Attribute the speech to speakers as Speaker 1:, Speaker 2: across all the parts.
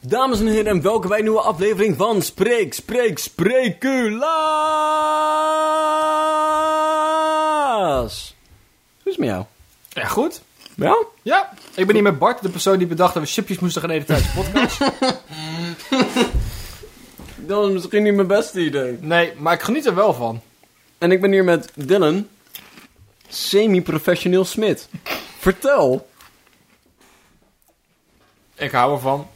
Speaker 1: Dames en heren, en welkom bij een nieuwe aflevering van Spreek, Spreek, Sprekulaas. Hoe is het met jou?
Speaker 2: Ja, goed.
Speaker 1: Ja?
Speaker 2: Ja, ik ben hier met Bart, de persoon die bedacht dat we chipjes moesten gaan eten tijdens de podcast.
Speaker 1: Dat was misschien niet mijn beste idee.
Speaker 2: Nee, maar ik geniet er wel van.
Speaker 1: En ik ben hier met Dylan, semi-professioneel smid. Vertel.
Speaker 2: Ik hou ervan.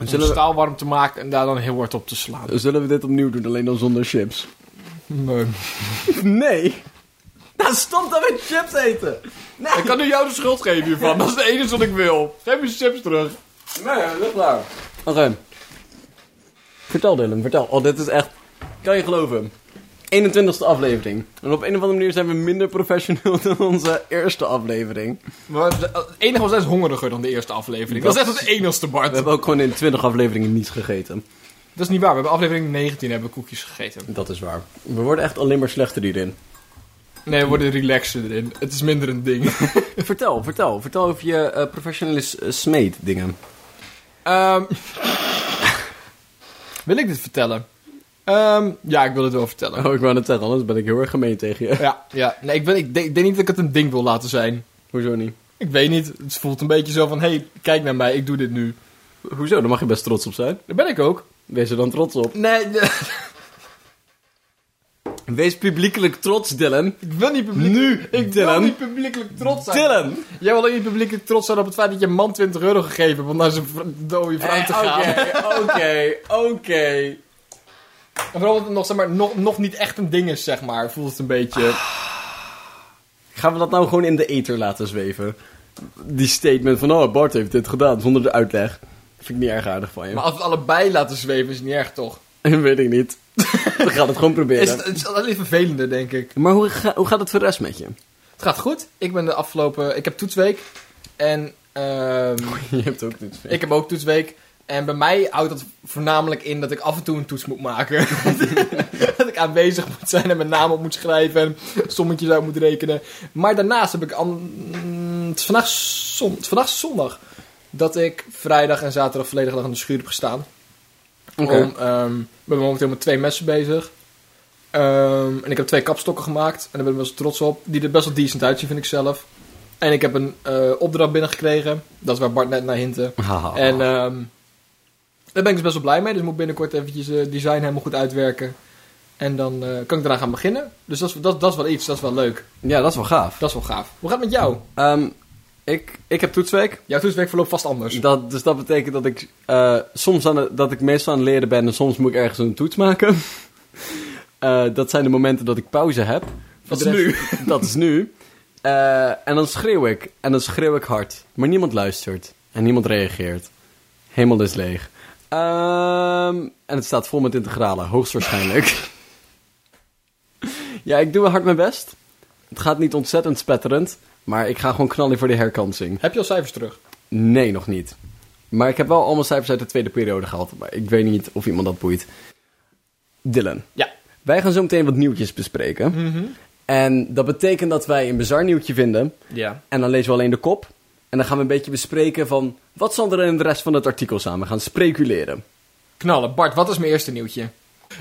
Speaker 2: Om
Speaker 1: Zullen we-
Speaker 2: staal warm te maken en daar dan heel hard op te slaan.
Speaker 1: Zullen we dit opnieuw doen, alleen dan zonder chips?
Speaker 2: Nee.
Speaker 1: Nee. Nou, stop dan met chips eten. Nee.
Speaker 2: Ik kan nu jou de schuld geven hiervan. Dat is het enige wat ik wil. Geef me chips terug.
Speaker 1: Nee, dat is waar. Oké. Vertel Dylan, vertel. Oh, dit is echt... Kan je geloven? 21ste aflevering. En op een of andere manier zijn we minder professioneel dan onze eerste aflevering.
Speaker 2: Maar het enige was is hongeriger dan de eerste aflevering. Dat is echt het enigste, Bart.
Speaker 1: We hebben ook gewoon in 20 afleveringen niets gegeten.
Speaker 2: Dat is niet waar. We hebben aflevering 19 hebben we koekjes gegeten.
Speaker 1: Dat is waar. We worden echt alleen maar slechter hierin.
Speaker 2: Nee, we worden relaxer erin. Het is minder een ding.
Speaker 1: Vertel, vertel. Vertel over je eh professionele s- eh, smeed dingen.
Speaker 2: Ehm, wil ik dit vertellen? Ehm, ja, ik wil het wel vertellen.
Speaker 1: Oh, ik wou net zeggen, anders ben ik heel erg gemeen tegen je.
Speaker 2: Ja, ja. Nee, ik, ben, ik, denk, ik denk niet dat ik het een ding wil laten zijn.
Speaker 1: Hoezo niet?
Speaker 2: Ik weet niet. Het voelt een beetje zo van, hé, hey, kijk naar mij, ik doe dit nu.
Speaker 1: Hoezo? Daar mag je best trots op zijn.
Speaker 2: Daar ben ik ook.
Speaker 1: Wees er dan trots op.
Speaker 2: Nee,
Speaker 1: Wees publiekelijk trots, Dylan.
Speaker 2: ik wil niet publiekelijk...
Speaker 1: Nu,
Speaker 2: Ik wil
Speaker 1: Dylan.
Speaker 2: niet publiekelijk trots zijn.
Speaker 1: Dylan!
Speaker 2: Jij wil ook niet publiekelijk trots zijn op het feit dat je een man 20 euro gegeven hebt om naar zijn vr- dode vrouw te gaan.
Speaker 1: Oké, oké, oké.
Speaker 2: En vooral omdat het nog, zeg maar, nog, nog niet echt een ding is, zeg maar, voelt het een beetje...
Speaker 1: Gaan we dat nou gewoon in de ether laten zweven? Die statement van, oh, Bart heeft dit gedaan, zonder de uitleg. Vind ik niet erg aardig van je.
Speaker 2: Maar als we het allebei laten zweven is het niet erg, toch?
Speaker 1: Weet ik niet. We gaan het gewoon proberen.
Speaker 2: Is het, het is alleen vervelender, denk ik.
Speaker 1: Maar hoe, ga- hoe gaat het voor de rest met je?
Speaker 2: Het gaat goed. Ik ben de afgelopen... Ik heb toetsweek. En... ehm
Speaker 1: Je hebt ook niet
Speaker 2: Ik heb ook toetsweek. En bij mij houdt dat voornamelijk in dat ik af en toe een toets moet maken. dat ik aanwezig moet zijn en mijn naam op moet schrijven en sommetjes uit moet rekenen. Maar daarnaast heb ik... an- mm, Het is vandaag, zon, het is vandaag zondag dat ik vrijdag en zaterdag volledige dag aan de schuur heb gestaan.
Speaker 1: Oké.
Speaker 2: Om, ehm, ik ben momenteel met twee messen bezig. Ehm, en ik heb twee kapstokken gemaakt. En daar ben ik best wel trots op. Die er best wel decent uitzien, vind ik zelf. En ik heb een eh, opdracht binnengekregen. Dat is waar Bart net naar hintte.
Speaker 1: Haha.
Speaker 2: En ehm, daar ben ik dus best wel blij mee. Dus ik moet binnenkort eventjes eh design helemaal goed uitwerken. En dan eh, kan ik daaraan gaan beginnen. Dus dat is, dat, dat is wel iets. Dat is wel leuk.
Speaker 1: Ja, dat is wel gaaf.
Speaker 2: Dat is wel gaaf. Hoe gaat het met jou?
Speaker 1: Ehm, ik, ik heb toetsweek.
Speaker 2: Jouw toetswerk verloopt vast anders.
Speaker 1: Dat, dus dat betekent dat ik eh, soms aan het- dat ik meestal aan het leren ben en soms moet ik ergens een toets maken. Eh, dat zijn de momenten dat ik pauze heb.
Speaker 2: Dat
Speaker 1: Voor de
Speaker 2: is
Speaker 1: rest- dat is nu. Eh, en dan schreeuw ik. En dan schreeuw ik hard. Maar niemand luistert. En niemand reageert. Helemaal is leeg. Ehm, en het staat vol met integralen. Hoogstwaarschijnlijk. ja, ik doe hard mijn best. Het gaat niet ontzettend spetterend. Maar ik ga gewoon knallen voor de herkansing.
Speaker 2: Heb je al cijfers terug?
Speaker 1: Nee, nog niet. Maar ik heb wel allemaal cijfers uit de tweede periode gehad. Maar ik weet niet of iemand dat boeit. Dylan,
Speaker 2: Ja. Mhm.
Speaker 1: wij gaan zo meteen wat nieuwtjes bespreken. En dat betekent dat wij een bizar nieuwtje vinden.
Speaker 2: Ja.
Speaker 1: En dan lezen we alleen de kop. En dan gaan we een beetje bespreken van... Wat zal er in de rest van het artikel samen gaan speculeren?
Speaker 2: Knallen. Bart, wat is mijn eerste nieuwtje?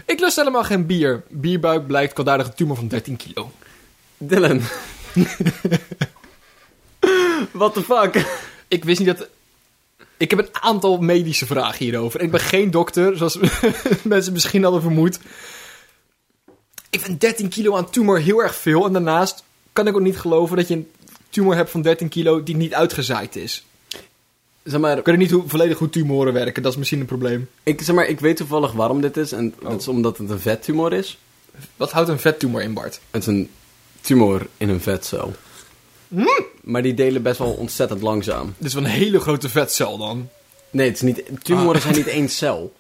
Speaker 2: Ik lust helemaal geen bier. Bierbuik blijkt kwaadaardige tumor van 13 kilo.
Speaker 1: Dylan. What the fuck?
Speaker 2: Ik wist niet dat... Ik heb een aantal medische vragen hierover. En ik ben geen dokter, zoals mensen misschien hadden vermoed. Ik vind 13 kilo aan tumor heel erg veel. En daarnaast kan ik ook niet geloven dat je een tumor hebt van 13 kilo die niet uitgezaaid is.
Speaker 1: Zeg maar,
Speaker 2: We kunnen niet hoe, volledig goed tumoren werken, dat is misschien een probleem.
Speaker 1: ik, zeg maar, ik weet toevallig waarom dit is. En
Speaker 2: Oh.
Speaker 1: dat is omdat het een vettumor is.
Speaker 2: Wat houdt een vettumor in, Bart?
Speaker 1: Het is een tumor in een vetcel. Maar die delen best wel ontzettend langzaam.
Speaker 2: Dit is wel een hele grote vetcel dan.
Speaker 1: Nee, het is niet, tumoren zijn niet één cel.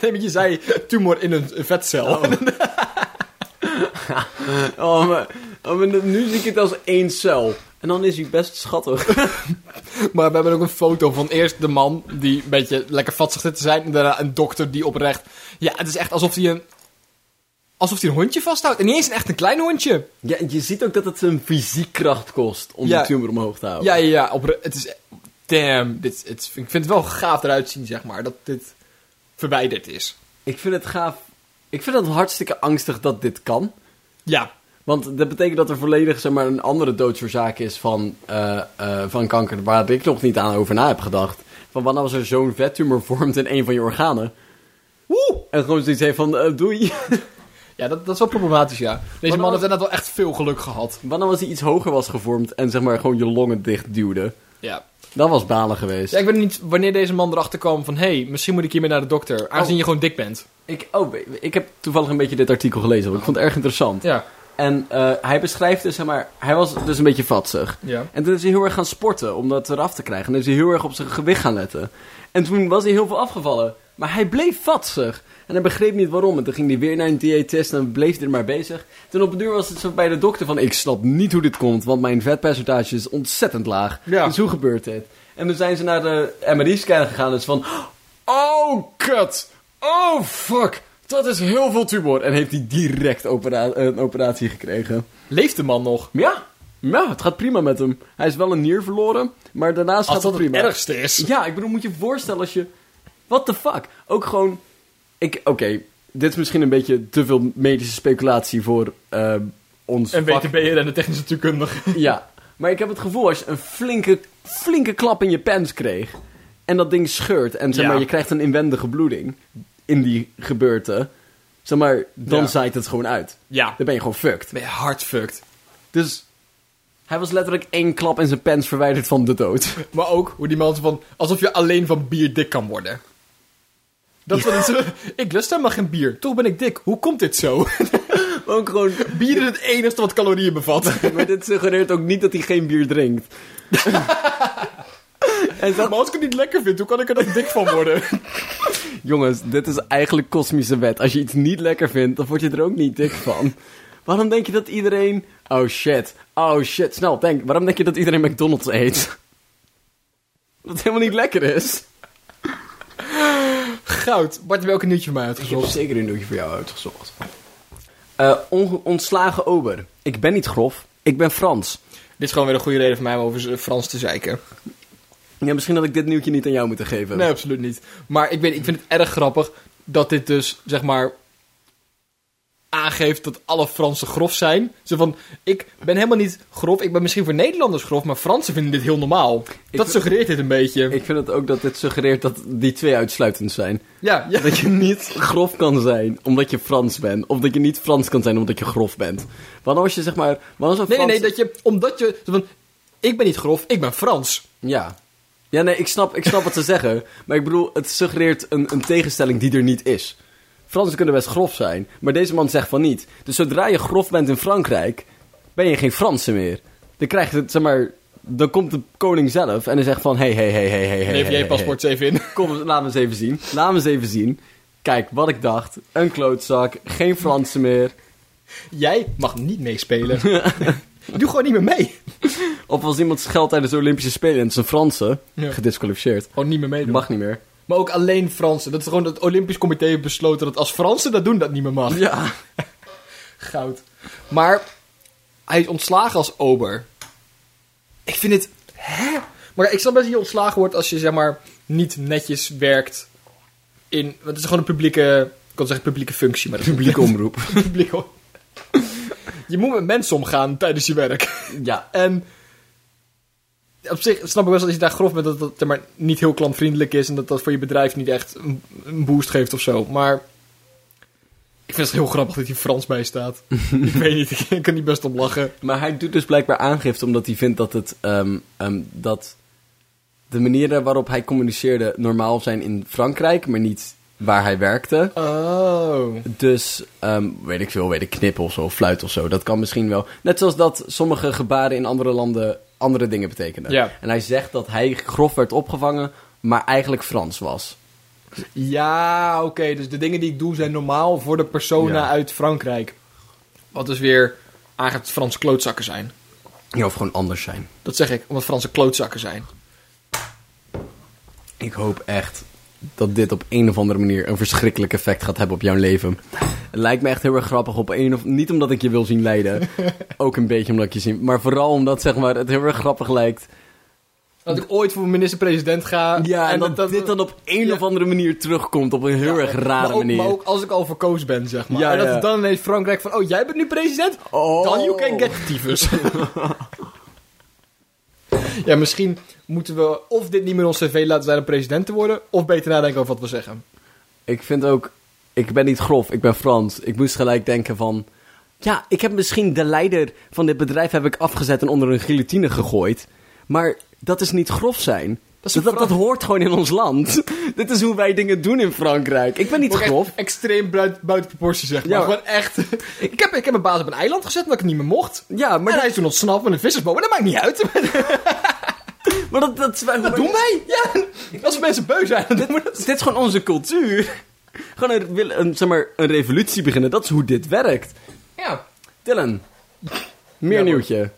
Speaker 2: Nee, want je zei tumor in een vetcel.
Speaker 1: Oh, maar, oh, maar nu zie ik het als één cel. En dan is hij best schattig.
Speaker 2: Maar we hebben ook een foto van eerst de man die een beetje lekker vatsig zit te zijn. En daarna een dokter die oprecht. Ja, het is echt alsof hij een. Alsof hij een hondje vasthoudt. En niet eens een echt een klein hondje.
Speaker 1: Ja, je ziet ook dat het zijn fysiek kracht kost om
Speaker 2: Ja.
Speaker 1: de tumor omhoog te houden.
Speaker 2: Ja, ja, ja. opre- het is damn, dit, het, ik vind het wel gaaf eruit zien, zeg maar, dat dit verwijderd is.
Speaker 1: Ik vind het gaaf. Ik vind het hartstikke angstig dat dit kan.
Speaker 2: Ja,
Speaker 1: Want dat betekent dat er volledig zeg maar, een andere doodsoorzaak is van, eh, eh, van kanker waar ik nog niet aan over na heb gedacht. Van wanneer als er zo'n vettumor vormt in een van je organen.
Speaker 2: woe!
Speaker 1: En gewoon zoiets heeft van, eh, doei.
Speaker 2: Ja, dat, dat is wel problematisch, ja. Deze
Speaker 1: dan-
Speaker 2: man heeft inderdaad wel echt veel geluk gehad.
Speaker 1: Wanneer als hij iets hoger was gevormd en zeg maar gewoon je longen dicht duwde.
Speaker 2: Ja.
Speaker 1: Dat was balen geweest.
Speaker 2: Ja, ik weet niet wanneer deze man erachter kwam van... hé, hey, misschien moet ik hiermee naar de dokter, aangezien
Speaker 1: Oh.
Speaker 2: je gewoon dik bent.
Speaker 1: Ik, oh, ik heb toevallig een beetje dit artikel gelezen, want ik vond het erg interessant.
Speaker 2: Ja.
Speaker 1: En eh, hij beschrijft dus, zeg maar, hij was dus een beetje vatsig.
Speaker 2: Ja.
Speaker 1: En toen is hij heel erg gaan sporten om dat eraf te krijgen. En is hij heel erg op zijn gewicht gaan letten. En toen was hij heel veel afgevallen. Maar hij bleef vatsig. En hij begreep niet waarom. En toen ging hij weer naar een dieetist en bleef hij er maar bezig. Toen op een duur was het zo bij de dokter van... Ik snap niet hoe dit komt, want mijn vetpercentage is ontzettend laag.
Speaker 2: Ja.
Speaker 1: Dus hoe gebeurt dit? En toen zijn ze naar de MRI-scanner gegaan. Dus van... Oh, kut! Oh, fuck! Dat is heel veel tumor. En heeft hij direct opera- een operatie gekregen.
Speaker 2: Leeft de man nog?
Speaker 1: Ja, ja, het gaat prima met hem. Hij is wel een nier verloren, maar daarnaast
Speaker 2: Als
Speaker 1: gaat het
Speaker 2: dat het
Speaker 1: prima.
Speaker 2: ergste is.
Speaker 1: Ja, ik bedoel, moet je je voorstellen als je... What the fuck? Ook gewoon... Ik, Oké, dit is misschien een beetje te veel medische speculatie voor eh, ons
Speaker 2: Een
Speaker 1: vak.
Speaker 2: BTB'er en de technische natuurkundige.
Speaker 1: Ja, maar ik heb het gevoel als je een flinke, flinke klap in je pens kreeg... en dat ding scheurt en zeg
Speaker 2: Ja.
Speaker 1: maar, je krijgt een inwendige bloeding in die gebeurte... zeg maar, dan
Speaker 2: Ja.
Speaker 1: zaait het gewoon uit.
Speaker 2: Ja.
Speaker 1: Dan ben je gewoon fucked.
Speaker 2: Ben je hard fucked.
Speaker 1: Dus hij was letterlijk één klap in zijn pens verwijderd van de dood.
Speaker 2: Maar ook hoe die man zo van... alsof je alleen van bier dik kan worden. Dat is wat het- ik lust helemaal geen bier. Toch ben ik dik. Hoe komt dit zo?
Speaker 1: Ook gewoon...
Speaker 2: Bier is het enigste wat calorieën bevat.
Speaker 1: Maar dit suggereert ook niet dat hij geen bier drinkt. en dat...
Speaker 2: Maar als ik het niet lekker vind, hoe kan ik er dan dik van worden?
Speaker 1: Jongens, dit is eigenlijk kosmische wet. Als je iets niet lekker vindt, dan word je er ook niet dik van. Waarom denk je dat iedereen... Oh shit, oh shit, snel, denk. Waarom denk je dat iedereen McDonald's eet? Dat het helemaal niet lekker is.
Speaker 2: Goud. Bart, heb je ook een nieuwtje voor
Speaker 1: Ik
Speaker 2: mij
Speaker 1: heb
Speaker 2: uitgezocht?
Speaker 1: zeker een nieuwtje voor jou uitgezocht. Eh, ontslagen ober. Ik ben niet grof, ik ben Frans.
Speaker 2: Dit is gewoon weer een goede reden voor mij om over z- Frans te zeiken.
Speaker 1: Ja, misschien had ik dit nieuwtje niet aan jou moeten geven.
Speaker 2: Nee, absoluut niet. Maar ik, weet, ik vind het erg grappig dat dit dus, zeg maar, aangeeft dat alle Fransen grof zijn. Zo van, ik ben helemaal niet grof. Ik ben misschien voor Nederlanders grof, maar Fransen vinden dit heel normaal. dat
Speaker 1: vind-
Speaker 2: suggereert dit een beetje.
Speaker 1: Ik vind het ook dat dit suggereert dat die twee uitsluitend zijn.
Speaker 2: ja, ja.
Speaker 1: Dat je niet grof kan zijn omdat je Frans bent. Of dat je niet Frans kan zijn omdat je grof bent. Want als je zeg maar... Want als
Speaker 2: Nee, nee, nee, dat je, omdat je, zo van, ik ben niet grof, ik ben Frans.
Speaker 1: Ja. Ja, nee, ik snap, ik snap wat ze zeggen. Maar ik bedoel, het suggereert een, een tegenstelling die er niet is. Fransen kunnen best grof zijn, maar deze man zegt van niet. Dus zodra je grof bent in Frankrijk, ben je geen Fransen meer. Dan krijgt het, zeg maar... Dan komt de koning zelf en hij zegt van... Hey, hey, hey, hey, hey, hey,
Speaker 2: Leef
Speaker 1: hey, hey,
Speaker 2: jij
Speaker 1: hey.
Speaker 2: paspoort eens even in.
Speaker 1: Kom, laat me eens even zien. Laat me eens even zien. Kijk, wat ik dacht. Een klootzak. Geen Fransen meer.
Speaker 2: Jij mag niet meespelen. Doe gewoon niet meer mee.
Speaker 1: Of als iemand scheldt tijdens de Olympische Spelen en het is een Franse.
Speaker 2: Ja.
Speaker 1: Gedisqualificeerd.
Speaker 2: Gewoon niet meer meedoen.
Speaker 1: Mag niet meer.
Speaker 2: Maar ook alleen Fransen. Dat is gewoon dat het Olympisch Comité heeft besloten dat als Fransen dat doen, dat niet meer mag.
Speaker 1: Ja.
Speaker 2: Goud. Maar hij is ontslagen als ober. Ik vind het... Hè? Maar ik snap best dat je ontslagen wordt als je, zeg maar, niet netjes werkt in... Want het is gewoon een publieke... Ik kan zeggen publieke functie, maar... dat-
Speaker 1: Publieke omroep.
Speaker 2: publieke... Je moet met mensen omgaan tijdens je werk.
Speaker 1: Ja.
Speaker 2: En op zich snap ik best dat als je daar grof bent dat dat zeg maar, niet heel klantvriendelijk is en dat dat voor je bedrijf niet echt een, een boost geeft of zo. Maar ik vind het heel grappig dat hier Frans bij staat. ik weet niet, ik, kan niet best om lachen.
Speaker 1: Maar hij doet dus blijkbaar aangifte omdat hij vindt dat het... ehm, ehm, dat de manieren waarop hij communiceerde normaal zijn in Frankrijk, maar niet waar hij werkte.
Speaker 2: Oh.
Speaker 1: Dus, ehm, weet ik veel, weet ik, knip of zo, fluit of zo. Dat kan misschien wel. Net zoals dat sommige gebaren in andere landen andere dingen betekenen.
Speaker 2: Ja.
Speaker 1: En hij zegt dat hij grof werd opgevangen, maar eigenlijk Frans was.
Speaker 2: Ja, oké. Dus de dingen die ik doe zijn normaal voor de persona
Speaker 1: Ja.
Speaker 2: uit Frankrijk. Wat dus weer aangeeft dat Franse klootzakken zijn.
Speaker 1: Ja, of gewoon anders zijn.
Speaker 2: Dat zeg ik, omdat Franse klootzakken zijn.
Speaker 1: Ik hoop echt dat dit op een of andere manier een verschrikkelijk effect gaat hebben op jouw leven. Het lijkt me echt heel erg grappig op een of... Niet omdat ik je wil zien lijden, ook een beetje omdat ik je zie... Maar vooral omdat, zeg maar, het heel erg grappig lijkt...
Speaker 2: Dat ik ooit voor minister-president ga.
Speaker 1: Ja, en, dat, dit dan op een
Speaker 2: ja.
Speaker 1: of andere manier terugkomt op een heel
Speaker 2: Ja,
Speaker 1: erg
Speaker 2: maar
Speaker 1: rare
Speaker 2: ook,
Speaker 1: manier.
Speaker 2: Maar ook als ik al verkozen ben, zeg maar.
Speaker 1: Ja,
Speaker 2: en dat
Speaker 1: ja.
Speaker 2: het dan ineens Frankrijk van... Oh, jij bent nu president?
Speaker 1: Oh.
Speaker 2: Dan you can get tyfus. ja, misschien moeten we of dit niet meer ons cv laten zijn om president te worden... of beter nadenken over wat we zeggen.
Speaker 1: Ik vind ook, ik ben niet grof, ik ben Frans. Ik moest gelijk denken van, ja, ik heb misschien de leider van dit bedrijf heb ik afgezet en onder een guillotine gegooid. Maar dat is niet grof zijn.
Speaker 2: is
Speaker 1: Dat, dat,
Speaker 2: Fran-
Speaker 1: dat hoort gewoon in ons land. Dit is hoe wij dingen doen in Frankrijk. Ik ben niet
Speaker 2: Ook echt
Speaker 1: grof.
Speaker 2: Extreem buiten, buiten proportie, zeg maar.
Speaker 1: Ja.
Speaker 2: Gewoon echt... ik, heb, ik heb mijn baas op een eiland gezet omdat ik het niet meer mocht.
Speaker 1: Ja,
Speaker 2: Maar
Speaker 1: maar,
Speaker 2: en hij
Speaker 1: dat,
Speaker 2: is toen ontsnapt met een vissersboot. Maar dat maakt niet uit.
Speaker 1: maar dat, dat, is wij-
Speaker 2: Dat doen wij. Ja. Als we mensen beu zijn, dan doen we dat.
Speaker 1: Dit is gewoon onze cultuur. Gewoon een, wil- een, zeg maar, een revolutie beginnen. Dat is hoe dit werkt.
Speaker 2: Ja.
Speaker 1: Dylan, meer
Speaker 2: Ja,
Speaker 1: nieuwtje.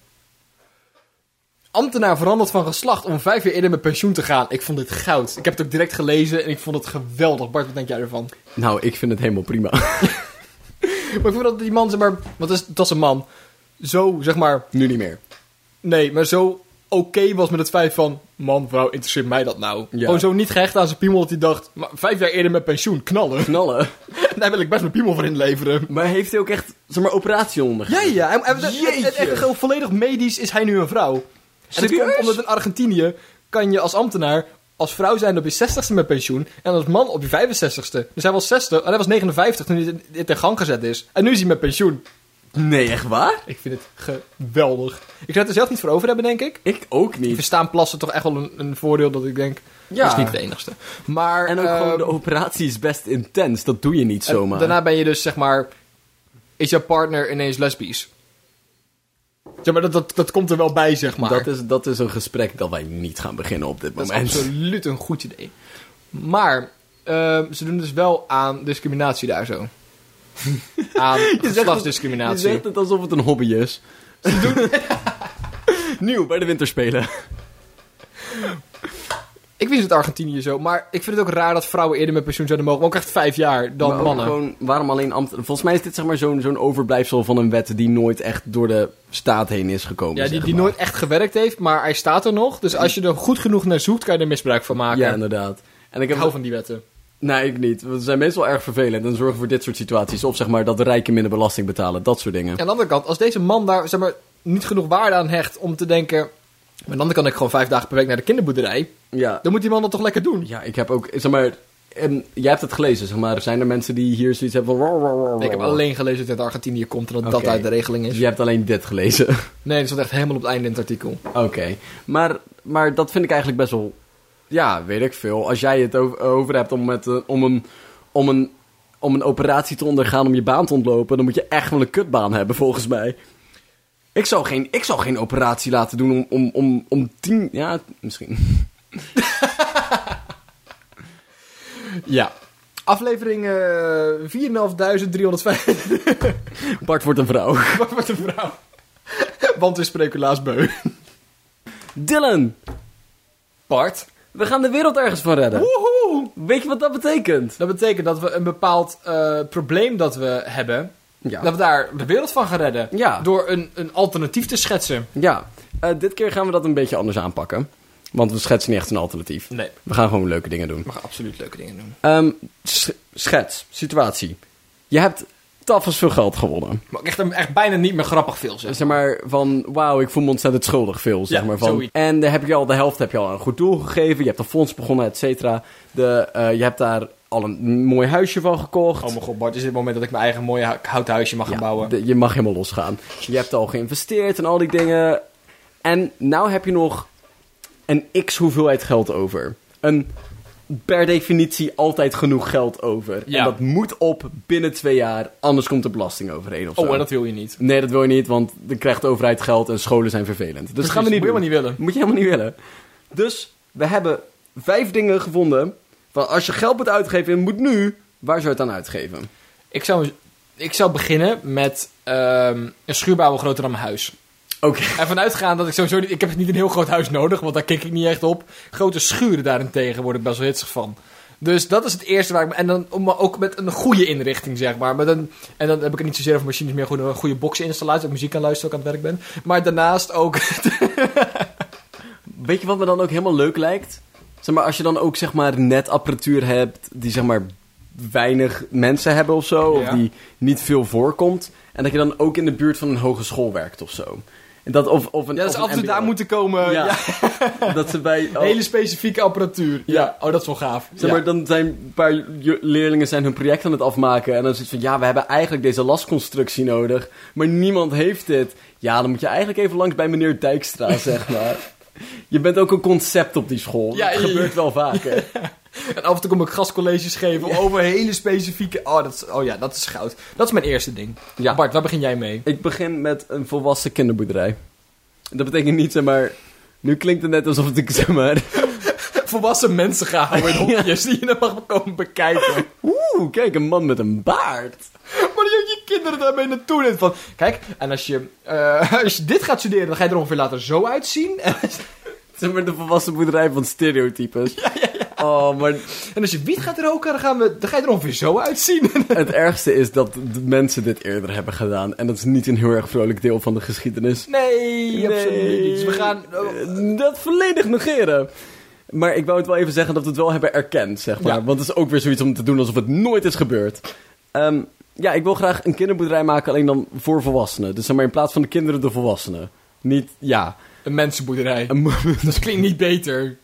Speaker 2: Ambtenaar veranderd van geslacht om vijf jaar eerder met pensioen te gaan. Ik vond dit goud. Ik heb het ook direct gelezen en ik vond het geweldig. Bart, wat denk jij ervan?
Speaker 1: Nou, ik vind het helemaal prima.
Speaker 2: Maar ik vond dat die man, zeg maar... Want dat is, dat is een man. Zo, zeg maar...
Speaker 1: nu niet meer.
Speaker 2: Nee, maar zo oké was met het feit van... Man, vrouw, interesseert mij dat nou?
Speaker 1: Ja.
Speaker 2: Gewoon zo niet gehecht aan zijn piemel dat hij dacht... Maar vijf jaar eerder met pensioen, knallen.
Speaker 1: Knallen.
Speaker 2: Daar wil ik best mijn piemel voor inleveren.
Speaker 1: Maar heeft hij ook echt, zeg maar, operatie ondergaan?
Speaker 2: Ja, ja. En, en, en- en- en- en- en- volledig medisch is hij nu een vrouw. En dat
Speaker 1: Serieus?
Speaker 2: komt omdat in Argentinië kan je als ambtenaar als vrouw zijn op je 60ste met pensioen en als man op je 65ste. Dus hij was 60 en hij was 59 toen dit- dit in gang gezet is. En nu is hij met pensioen.
Speaker 1: Nee, echt waar?
Speaker 2: Ik vind het geweldig. Ik zou het er zelf niet voor over hebben, denk ik.
Speaker 1: Ik ook
Speaker 2: Ik
Speaker 1: niet.
Speaker 2: verstaan plassen toch echt wel een, een voordeel dat ik denk,
Speaker 1: Ja.
Speaker 2: dat is niet de enigste. Maar,
Speaker 1: En ook
Speaker 2: ehm,
Speaker 1: gewoon, de operatie is best intens. Dat doe je niet
Speaker 2: en
Speaker 1: zomaar.
Speaker 2: Daarna ben je dus, zeg maar... Is jouw partner ineens lesbisch? Ja, maar dat, dat, dat komt er wel bij, zeg maar.
Speaker 1: dat, is, dat is een gesprek dat wij niet gaan beginnen op dit
Speaker 2: Dat is
Speaker 1: moment.
Speaker 2: absoluut een goed idee. Maar ehm, ze doen dus wel aan discriminatie daar zo. aan
Speaker 1: Je
Speaker 2: geslachtsdiscriminatie.
Speaker 1: zegt het alsof het een hobby is. Ze doen... Nieuw bij de winterspelen.
Speaker 2: Ik wist het Argentinië zo, maar ik vind het ook raar dat vrouwen eerder met pensioen zouden mogen. Maar ook echt vijf jaar dan
Speaker 1: Maar ook
Speaker 2: mannen.
Speaker 1: Gewoon, waarom alleen ambten? Volgens mij is dit zeg maar zo'n zo'n overblijfsel van een wet die nooit echt door de staat heen is gekomen.
Speaker 2: ja, die,
Speaker 1: zeg
Speaker 2: die
Speaker 1: maar.
Speaker 2: nooit echt gewerkt heeft, maar hij staat er nog. Dus als je er goed genoeg naar zoekt, kan je er misbruik van maken.
Speaker 1: Ja, inderdaad. En ik
Speaker 2: ik
Speaker 1: heb
Speaker 2: hou van die wetten.
Speaker 1: Nee, ik niet. Want Ze zijn meestal erg vervelend en zorgen voor dit soort situaties. Of zeg maar dat de rijken minder belasting betalen. Dat soort dingen.
Speaker 2: Aan de andere kant, als deze man daar zeg maar, niet genoeg waarde aan hecht om te denken... Maar dan kan ik gewoon vijf dagen per week naar de kinderboerderij.
Speaker 1: Ja,
Speaker 2: Dan moet die man dat toch lekker doen?
Speaker 1: ja ik heb ook... Zeg maar, en jij hebt het gelezen, zeg maar. Zijn er mensen die hier zoiets hebben van... "Wow, wow, wow, wow,
Speaker 2: Ik heb
Speaker 1: wow."
Speaker 2: alleen gelezen dat het uit Argentinië komt en dat dat
Speaker 1: Oké.
Speaker 2: uit de regeling is.
Speaker 1: Je hebt alleen dit gelezen.
Speaker 2: Nee, dat stond echt helemaal op het einde in het artikel.
Speaker 1: Oké. Maar, maar dat vind ik eigenlijk best wel... Ja, weet ik veel. Als jij het over, over hebt om, met, eh, om, een, om, een, om een operatie te ondergaan om je baan te ontlopen... dan moet je echt wel een kutbaan hebben, volgens mij. Ik zou geen, ik zou geen operatie laten doen om, om, om, om tien... Ja, misschien.
Speaker 2: Ja. Aflevering eh 4.500, 305.
Speaker 1: Bart wordt een vrouw.
Speaker 2: Wat wordt een vrouw? Want we spreken laatst beu.
Speaker 1: Dylan,
Speaker 2: Part.
Speaker 1: we gaan de wereld ergens van redden.
Speaker 2: Woehoe!
Speaker 1: Weet je wat dat betekent?
Speaker 2: Dat betekent dat we een bepaald eh, probleem dat we hebben...
Speaker 1: Ja.
Speaker 2: dat we daar de wereld van gaan redden.
Speaker 1: Ja.
Speaker 2: Door een, een alternatief te schetsen.
Speaker 1: Ja, eh, dit keer gaan we dat een beetje anders aanpakken. Want we schetsen niet echt een alternatief.
Speaker 2: Nee,
Speaker 1: We gaan gewoon leuke dingen doen.
Speaker 2: we gaan absoluut leuke dingen doen.
Speaker 1: Ehm, sch- schets, situatie. Je hebt tafels veel geld gewonnen.
Speaker 2: Maar ook echt, een- echt bijna niet meer grappig veel, zeg.
Speaker 1: Zeg maar van, wauw, ik voel me ontzettend schuldig veel. Zeg
Speaker 2: Ja,
Speaker 1: maar, van.
Speaker 2: zoiets.
Speaker 1: En dan heb je al, de helft heb je al aan een goed doel gegeven. Je hebt een fonds begonnen, et cetera. De, eh, je hebt daar al een mooi huisje van gekocht.
Speaker 2: Oh mijn god, Bart, is dit het moment dat ik mijn eigen mooie hou- houten huisje mag gaan
Speaker 1: Ja,
Speaker 2: bouwen?
Speaker 1: de- je mag helemaal losgaan. Je hebt al geïnvesteerd en al die dingen. En nou heb je nog een x hoeveelheid geld over. Een per definitie altijd genoeg geld over.
Speaker 2: Ja.
Speaker 1: En dat moet op binnen twee jaar, anders komt de belasting overheen of zo.
Speaker 2: Oh, en dat wil je niet.
Speaker 1: Nee, dat wil je niet, want dan krijgt de overheid geld en scholen zijn vervelend. Dus dat gaan we niet
Speaker 2: moet
Speaker 1: doen.
Speaker 2: je helemaal niet willen.
Speaker 1: Moet je helemaal niet willen. Dus we hebben vijf dingen gevonden. Van als je geld moet uitgeven en moet nu, waar zou je het aan uitgeven?
Speaker 2: Ik zou, ik zou beginnen met ehm, een schuurbouwen groter dan mijn huis.
Speaker 1: Oké.
Speaker 2: En vanuitgaan dat ik sowieso niet... Ik heb niet een heel groot huis nodig, want daar kik ik niet echt op. Grote schuren daarentegen word ik best wel hitsig van. Dus dat is het eerste waar ik... En dan om- maar ook met een goede inrichting, zeg maar. Maar dan, en dan heb ik het niet zozeer over machines meer. Gewoon een goede boxinstallatie, dat ik muziek kan luisteren als ik aan het werk ben. Maar daarnaast ook...
Speaker 1: Weet je wat me dan ook helemaal leuk lijkt? Zeg maar, als je dan ook zeg maar net apparatuur hebt die zeg maar weinig mensen hebben of zo,
Speaker 2: Ja.
Speaker 1: of die niet veel voorkomt, en dat je dan ook in de buurt van een hogeschool werkt of zo. En dat of, of een.
Speaker 2: Ja, dat ze
Speaker 1: of
Speaker 2: af en toe
Speaker 1: een
Speaker 2: daar
Speaker 1: MBO.
Speaker 2: moeten komen. Ja.
Speaker 1: Ja. dat ze bij. oh,
Speaker 2: Hele specifieke apparatuur. Ja.
Speaker 1: Ja.
Speaker 2: Oh, dat is wel gaaf.
Speaker 1: Zeg maar, dan zijn een paar ju- leerlingen zijn hun project aan het afmaken. En dan zit van, ja, we hebben eigenlijk deze lastconstructie nodig. Maar niemand heeft dit. Ja, dan moet je eigenlijk even langs bij meneer Dijkstra, zeg maar. Je bent ook een concept op die school.
Speaker 2: Ja,
Speaker 1: Ja,
Speaker 2: ja,
Speaker 1: dat
Speaker 2: ja.
Speaker 1: gebeurt wel vaker.
Speaker 2: ja. En af en toe kom ik gastcolleges geven over hele specifieke... Oh, dat is, oh ja, dat is goud. Dat is mijn eerste ding.
Speaker 1: Ja.
Speaker 2: Bart, waar begin jij mee?
Speaker 1: Ik begin met een volwassen kinderboerderij. Dat betekent niet, zeg maar... Nu klinkt het net alsof ik, zeg maar...
Speaker 2: Volwassen mensen gaan houden in hokjes die je dan mag komen bekijken.
Speaker 1: Oeh, kijk, een man met een baard.
Speaker 2: Maar dat je ook je kinderen daarmee naartoe neemt. Van, kijk, en als je, eh, als je dit gaat studeren, dan ga je er ongeveer later zo uitzien. En als,
Speaker 1: Zeg maar, de volwassen boerderij van stereotypes. Oh, maar
Speaker 2: en als je wiet gaat roken, dan, gaan we, dan ga je er ongeveer zo uitzien.
Speaker 1: Het ergste is dat de mensen dit eerder hebben gedaan. En dat is niet een heel erg vrolijk deel van de geschiedenis.
Speaker 2: Nee, absoluut niet. Dus we gaan... oh.
Speaker 1: Eh, Dat volledig negeren. Maar ik wou het wel even zeggen dat we het wel hebben erkend, zeg maar.
Speaker 2: Ja.
Speaker 1: Want het is ook weer zoiets om te doen alsof het nooit is gebeurd. Ehm, ja, ik wil graag een kinderboerderij maken, alleen dan voor volwassenen. Dus zeg maar in plaats van de kinderen, de volwassenen. Niet, ja.
Speaker 2: Een mensenboerderij.
Speaker 1: Een mo-
Speaker 2: Dat klinkt niet beter.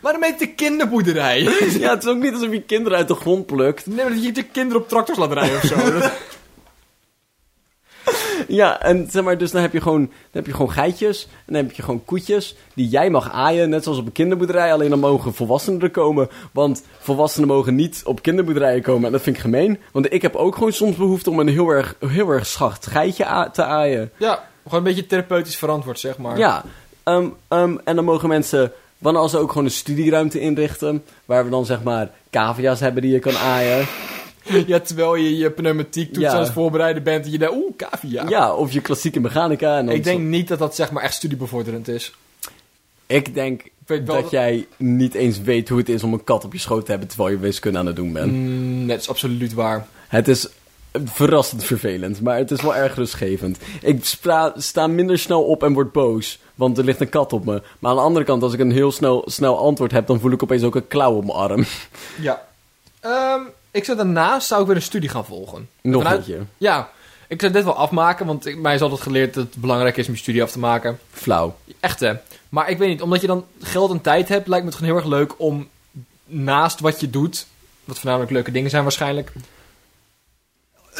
Speaker 2: Waarom heet het de kinderboerderij?
Speaker 1: ja, het is ook niet alsof je kinderen uit de grond plukt.
Speaker 2: Nee, maar dat je de kinderen op tractors laat rijden of zo. Dat-
Speaker 1: Ja, en zeg maar, dus dan heb je gewoon, dan heb je gewoon geitjes. En dan heb je gewoon koetjes die jij mag aaien. Net zoals op een kinderboerderij. Alleen dan mogen volwassenen er komen. Want volwassenen mogen niet op kinderboerderijen komen. En dat vind ik gemeen. Want ik heb ook gewoon soms behoefte om een heel erg, heel erg schacht geitje a- te aaien.
Speaker 2: ja, gewoon een beetje therapeutisch verantwoord, zeg maar.
Speaker 1: Ja, ehm, ehm, en dan mogen mensen... Wanneer als ze ook gewoon een studieruimte inrichten... waar we dan zeg maar cavia's hebben die je kan aaien.
Speaker 2: Ja, terwijl je je pneumatiek toets
Speaker 1: Ja.
Speaker 2: aan het voorbereiden bent en je denkt, oeh, cavia.
Speaker 1: Ja, of je klassieke mechanica. En dan
Speaker 2: Ik denk niet dat dat zeg maar echt studiebevorderend is.
Speaker 1: Ik denk
Speaker 2: Ik weet wel
Speaker 1: dat jij niet eens weet hoe het is om een kat op je schoot te hebben terwijl je wiskunde aan het doen bent.
Speaker 2: Mm, dat is absoluut waar.
Speaker 1: Het is verrassend vervelend, maar het is wel erg rustgevend. Ik spra- sta minder snel op en word boos, want er ligt een kat op me. Maar aan de andere kant, als ik een heel snel, snel antwoord heb, dan voel ik opeens ook een klauw op mijn arm.
Speaker 2: Ja. Ehm, ik zou daarnaast zou ik weer een studie gaan volgen.
Speaker 1: Nog
Speaker 2: Vanuit-
Speaker 1: eentje.
Speaker 2: Ja. Ik zou dit wel afmaken, want ik, mij is altijd geleerd dat het belangrijk is om je studie af te maken.
Speaker 1: Flauw.
Speaker 2: Echt hè. Maar ik weet niet, omdat je dan geld en tijd hebt, lijkt me het gewoon heel erg leuk om naast wat je doet, wat voornamelijk leuke dingen zijn waarschijnlijk,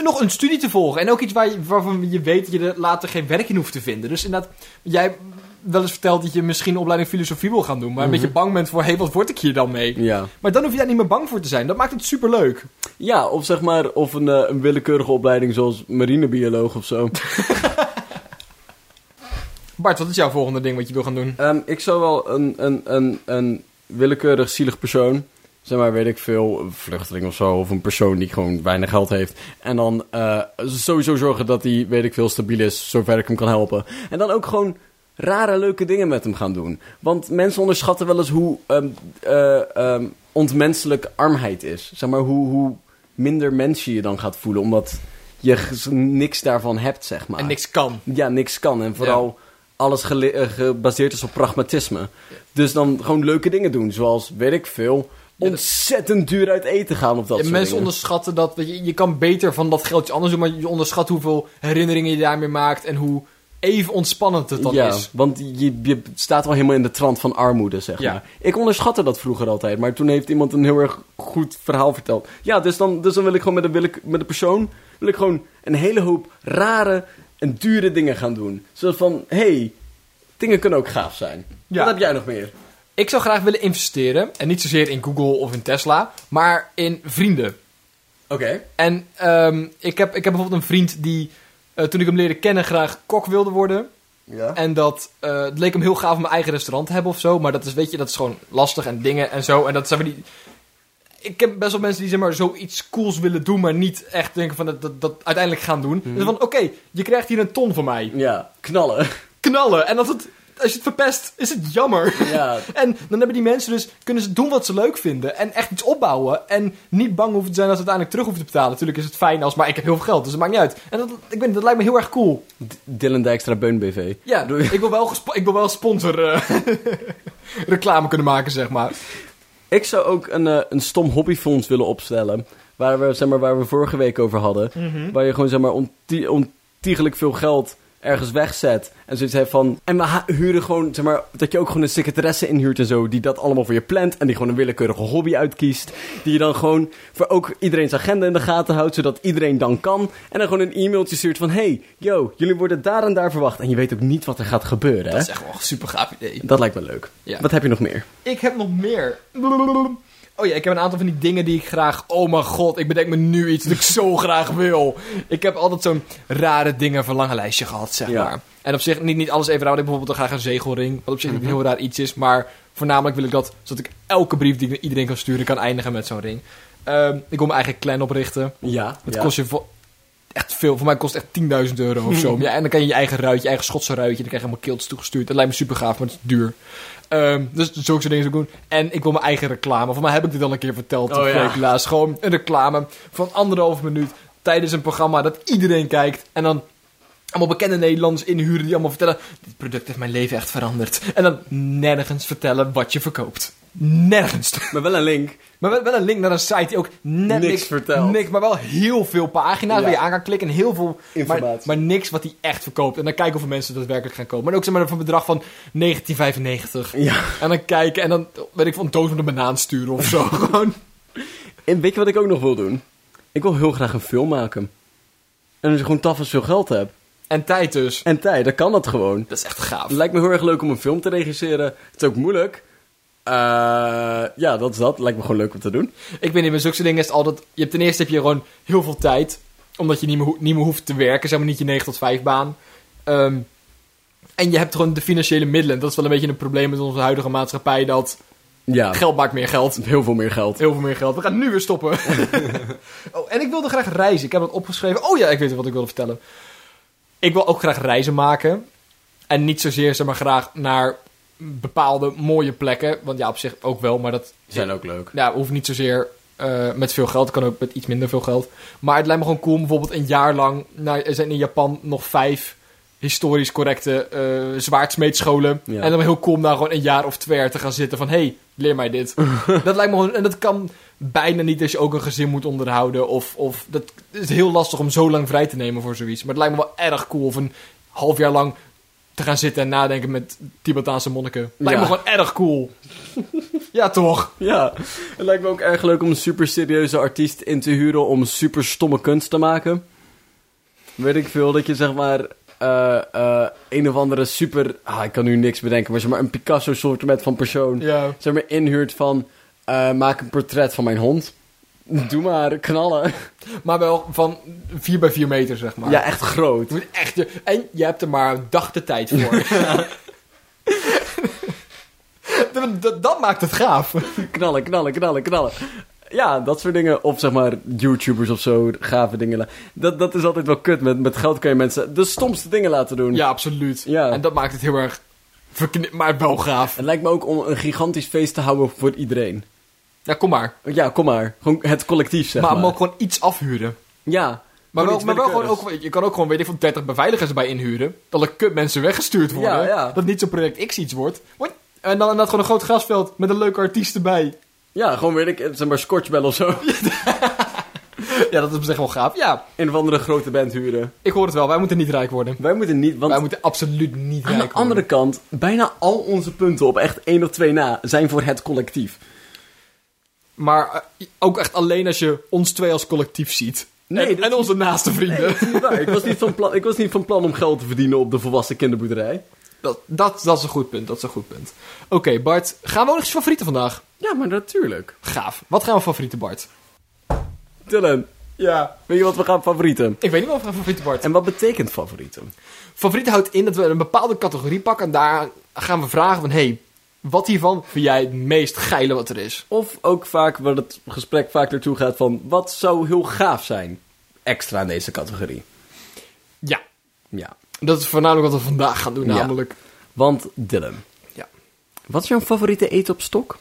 Speaker 2: nog een studie te volgen. En ook iets waar je- waarvan je weet dat je er later geen werk in hoeft te vinden. Dus inderdaad, jij wel eens verteld dat je misschien een opleiding filosofie wil gaan doen, maar een beetje bang bent voor, hé, wat word ik hier dan mee?
Speaker 1: Ja.
Speaker 2: Maar dan hoef je daar niet meer bang voor te zijn. Dat maakt het superleuk.
Speaker 1: Ja, of zeg maar, of een, eh, een willekeurige opleiding zoals marinebioloog of zo.
Speaker 2: Bart, wat is jouw volgende ding wat je wil gaan doen?
Speaker 1: Ehm, ik zou wel een, een, een, een willekeurig zielig persoon, zeg maar weet ik veel, een vluchteling of zo, of een persoon die gewoon weinig geld heeft. En dan eh, sowieso zorgen dat hij, weet ik veel, stabiel is, zover ik hem kan helpen. En dan ook gewoon rare leuke dingen met hem gaan doen. Want mensen onderschatten wel eens hoe ehm, eh, ehm, ontmenselijk armheid is. Zeg maar hoe, hoe minder mens je je dan gaat voelen, omdat je g- niks daarvan hebt, zeg maar
Speaker 2: En niks kan.
Speaker 1: ja, niks kan. En vooral alles gele- eh, gebaseerd is op pragmatisme. Dus dan gewoon leuke dingen doen. Zoals, weet ik veel, ontzettend duur uit eten gaan of dat
Speaker 2: Ja,
Speaker 1: soort
Speaker 2: mensen
Speaker 1: dingen.
Speaker 2: onderschatten dat, weet je, je kan beter van dat geld iets anders doen, maar je onderschat hoeveel herinneringen je daarmee maakt en hoe even ontspannend het dan
Speaker 1: ja,
Speaker 2: is.
Speaker 1: want je, je staat al helemaal in de trant van armoede, zeg
Speaker 2: Ja.
Speaker 1: maar. Ik onderschatte dat vroeger altijd, maar toen heeft iemand een heel erg goed verhaal verteld. Ja, dus dan, dus dan wil ik gewoon met een, willeke- met een persoon... wil ik gewoon een hele hoop rare en dure dingen gaan doen. Zoals van, hey, dingen kunnen ook gaaf zijn.
Speaker 2: Ja.
Speaker 1: Wat heb jij nog meer?
Speaker 2: Ik zou graag willen investeren, en niet zozeer in Google of in Tesla, maar in vrienden.
Speaker 1: Oké.
Speaker 2: En ehm, ik, heb, ik heb bijvoorbeeld een vriend die, eh, toen ik hem leerde kennen, graag kok wilde worden.
Speaker 1: Ja.
Speaker 2: En dat eh, het leek hem heel gaaf om een eigen restaurant te hebben of zo. Maar dat is, weet je, dat is gewoon lastig en dingen en zo. En dat zijn we die. Ik heb best wel mensen die zeg maar zoiets cools willen doen, maar niet echt denken van dat, dat, dat uiteindelijk gaan doen. Dus van oké, je krijgt hier een ton van mij.
Speaker 1: Ja, knallen.
Speaker 2: Knallen. En als, het, als je het verpest, is het jammer.
Speaker 1: Ja,
Speaker 2: En dan hebben die mensen dus, kunnen ze doen wat ze leuk vinden. En echt iets opbouwen. En niet bang hoeven te zijn dat ze uiteindelijk terug hoeven te betalen. Natuurlijk is het fijn als, maar ik heb heel veel geld, dus het maakt niet uit. En dat, ik weet, niet, dat lijkt me heel erg cool.
Speaker 1: D- Dylan Dijkstra Beun BV.
Speaker 2: Ja, ik wil wel, gespo- ik wil wel sponsor. eh. reclame kunnen maken, zeg maar.
Speaker 1: Ik zou ook een, eh, een stom hobbyfonds willen opstellen. Waar we, zeg maar, waar we vorige week over hadden. Waar je gewoon zeg maar, ontie- ontiegelijk veel geld ergens wegzet. En zoiets hebt van. En we ha- huren gewoon, zeg maar, dat je ook gewoon een secretaresse inhuurt en zo. Die dat allemaal voor je plant. En die gewoon een willekeurige hobby uitkiest. Die je dan gewoon voor ook iedereen's agenda in de gaten houdt. Zodat iedereen dan kan. En dan gewoon een e-mailtje stuurt van: hey, yo, jullie worden daar en daar verwacht. En je weet ook niet wat er gaat gebeuren. Hè?
Speaker 2: Dat is echt wel een super gaaf idee.
Speaker 1: Dat lijkt me leuk.
Speaker 2: Ja.
Speaker 1: Wat heb je nog meer?
Speaker 2: Ik heb nog meer. Oh ja, ik heb een aantal van die dingen die ik graag... Oh mijn god, ik bedenk me nu iets dat ik zo graag wil. Ik heb altijd zo'n rare dingen verlangenlijstje gehad, zeg
Speaker 1: Ja.
Speaker 2: maar. En op zich, niet, niet alles even raar. want Ik heb bijvoorbeeld graag een zegelring. Wat op zich niet een heel raar iets is. Maar voornamelijk wil ik dat... Zodat ik elke brief die ik naar iedereen kan sturen... kan eindigen met zo'n ring. Ehm, ik wil mijn eigen clan oprichten.
Speaker 1: Ja,
Speaker 2: Het kost je vo- echt veel. Voor mij kost het echt 10.000 euro of zo. ja, en dan kan je je eigen ruitje, je eigen Schotse ruitje. Dan krijg je helemaal kilts toegestuurd. Dat lijkt me super gaaf, maar het is duur. Ehm, dus zulke soort dingen zou ik doen. En ik wil mijn eigen reclame. Voor mij heb ik dit al een keer verteld.
Speaker 1: Oh, ja.
Speaker 2: ja. Laatst gewoon een reclame van anderhalf minuut tijdens een programma dat iedereen kijkt. En dan allemaal bekende Nederlanders inhuren die allemaal vertellen... Dit product heeft mijn leven echt veranderd. En dan nergens vertellen wat je verkoopt. Nergens.
Speaker 1: Maar wel een link.
Speaker 2: Maar wel, wel een link naar een site die ook net
Speaker 1: Niks
Speaker 2: niks
Speaker 1: vertelt.
Speaker 2: Niks, maar wel heel veel pagina's
Speaker 1: Ja.
Speaker 2: waar je aan kan klikken. En heel veel
Speaker 1: Informatie.
Speaker 2: Maar, maar niks wat hij echt verkoopt. En dan kijken hoeveel mensen daadwerkelijk gaan kopen. Maar ook zeg maar van een bedrag van 1995.
Speaker 1: Ja.
Speaker 2: En dan kijken en dan weet ik van een doos met een banaan sturen of zo. Gewoon.
Speaker 1: En weet je wat ik ook nog wil doen? Ik wil heel graag een film maken. En als je gewoon tafels veel geld hebt.
Speaker 2: En tijd dus.
Speaker 1: En tijd, dan kan dat gewoon.
Speaker 2: Dat is echt gaaf.
Speaker 1: Het lijkt me heel erg leuk om een film te regisseren. Het is ook moeilijk. Eh, ja, dat is dat. Lijkt me gewoon leuk om te doen.
Speaker 2: Ik weet niet, met zulke dingen is het altijd... Je hebt, ten eerste heb je gewoon heel veel tijd. Omdat je niet meer, ho- niet meer hoeft te werken. Zeg maar niet je 9 tot 5 baan. Ehm, en je hebt gewoon de financiële middelen. Dat is wel een beetje een probleem met onze huidige maatschappij. Dat
Speaker 1: Ja,
Speaker 2: geld maakt meer geld.
Speaker 1: heel veel meer geld.
Speaker 2: Heel veel meer geld. We gaan nu weer stoppen. oh, en ik wilde graag reizen. Ik heb dat opgeschreven. Oh ja, ik weet wat ik wilde vertellen. Ik wil ook graag reizen maken. En niet zozeer, zeg maar, graag naar bepaalde mooie plekken. Want ja, op zich ook wel, maar dat
Speaker 1: Zijn ook leuk.
Speaker 2: ja, hoeft niet zozeer eh, met veel geld. Kan ook met iets minder veel geld. Maar het lijkt me gewoon cool om bijvoorbeeld een jaar lang... Nou, er zijn in Japan nog vijf historisch correcte eh zwaardsmeedscholen.
Speaker 1: Ja.
Speaker 2: En dan heel cool om daar gewoon een jaar of twee jaar te gaan zitten van... hey, leer mij dit. dat lijkt me gewoon... En dat kan bijna niet als je ook een gezin moet onderhouden. Of, of dat is heel lastig om zo lang vrij te nemen voor zoiets. Maar het lijkt me wel erg cool of een half jaar lang... Te gaan zitten en nadenken met Tibetaanse monniken. Lijkt
Speaker 1: Ja.
Speaker 2: me gewoon erg cool. ja, toch?
Speaker 1: Ja, het lijkt me ook erg leuk om een super serieuze artiest in te huren om super stomme kunst te maken. Weet ik veel, dat je zeg maar eh, eh, een of andere super... Ah, ik kan nu niks bedenken, maar zeg maar een Picasso-soort met van persoon.
Speaker 2: Ja.
Speaker 1: zeg maar, inhuurt van... eh, maak een portret van mijn hond. Doe maar, knallen.
Speaker 2: Maar wel van 4 bij 4 meter, zeg maar.
Speaker 1: Ja, echt groot.
Speaker 2: Je moet echt, je- en je hebt er maar een dag de tijd voor. dat, dat, dat maakt het gaaf.
Speaker 1: Knallen, knallen, knallen, knallen. Ja, dat soort dingen. Of zeg maar, YouTubers of zo, gave dingen. la- Dat, dat is altijd wel kut. Met, met geld kan je mensen de stomste dingen laten doen.
Speaker 2: Ja, absoluut.
Speaker 1: Ja.
Speaker 2: En dat maakt het heel erg verknipt, maar wel gaaf.
Speaker 1: Het lijkt me ook om een gigantisch feest te houden voor iedereen.
Speaker 2: Ja, kom maar.
Speaker 1: Ja, kom maar. Gewoon het collectief, zeg maar.
Speaker 2: maar maar ook gewoon iets afhuren.
Speaker 1: Ja.
Speaker 2: Maar wel,
Speaker 1: iets
Speaker 2: maar wel gewoon
Speaker 1: willekeurigs.
Speaker 2: ook, je kan ook gewoon, weet ik van 30 beveiligers erbij inhuren. Dat er kut mensen weggestuurd worden.
Speaker 1: Ja, ja.
Speaker 2: Dat niet zo'n project X iets wordt. Wat? En dan inderdaad gewoon een groot grasveld met een leuke artiest erbij.
Speaker 1: Ja, gewoon weet ik, zeg maar, Scotchbell of zo.
Speaker 2: Ja, dat is op zich wel gaaf. Ja,
Speaker 1: Een of andere grote band huren.
Speaker 2: ik hoor het wel. Wij moeten niet rijk worden.
Speaker 1: Wij moeten niet, want...
Speaker 2: Wij moeten absoluut niet
Speaker 1: Aan de
Speaker 2: rijk worden.
Speaker 1: andere kant, bijna al onze punten op echt één of twee na zijn voor het collectief.
Speaker 2: Maar eh, ook echt alleen als je ons twee als collectief ziet.
Speaker 1: Nee,
Speaker 2: en,
Speaker 1: dat-
Speaker 2: en onze naaste vrienden.
Speaker 1: Dat is niet waar. ik, was niet van plan, ik was niet van plan om geld te verdienen op de volwassen kinderboerderij.
Speaker 2: Dat, dat, dat is een goed punt, dat is een goed punt. Oké, Bart, gaan we ook nog eens favorieten vandaag?
Speaker 1: Ja, maar natuurlijk.
Speaker 2: Gaaf. Wat gaan we favorieten, Bart?
Speaker 1: Dylan,
Speaker 2: Ja.
Speaker 1: weet je wat we gaan favorieten?
Speaker 2: Ik weet niet wat we gaan favorieten, Bart.
Speaker 1: En wat betekent favorieten?
Speaker 2: Favorieten houdt in dat we een bepaalde categorie pakken en daar gaan we vragen van... hey, wat hiervan vind jij het meest geile wat er is?
Speaker 1: Of ook vaak waar het gesprek vaak naartoe gaat van wat zou heel gaaf zijn extra in deze categorie.
Speaker 2: Ja.
Speaker 1: Ja.
Speaker 2: Dat is voornamelijk wat we vandaag gaan doen,
Speaker 1: Ja.
Speaker 2: namelijk...
Speaker 1: Want Dylan,
Speaker 2: Ja.
Speaker 1: wat is jouw favoriete eten op stok?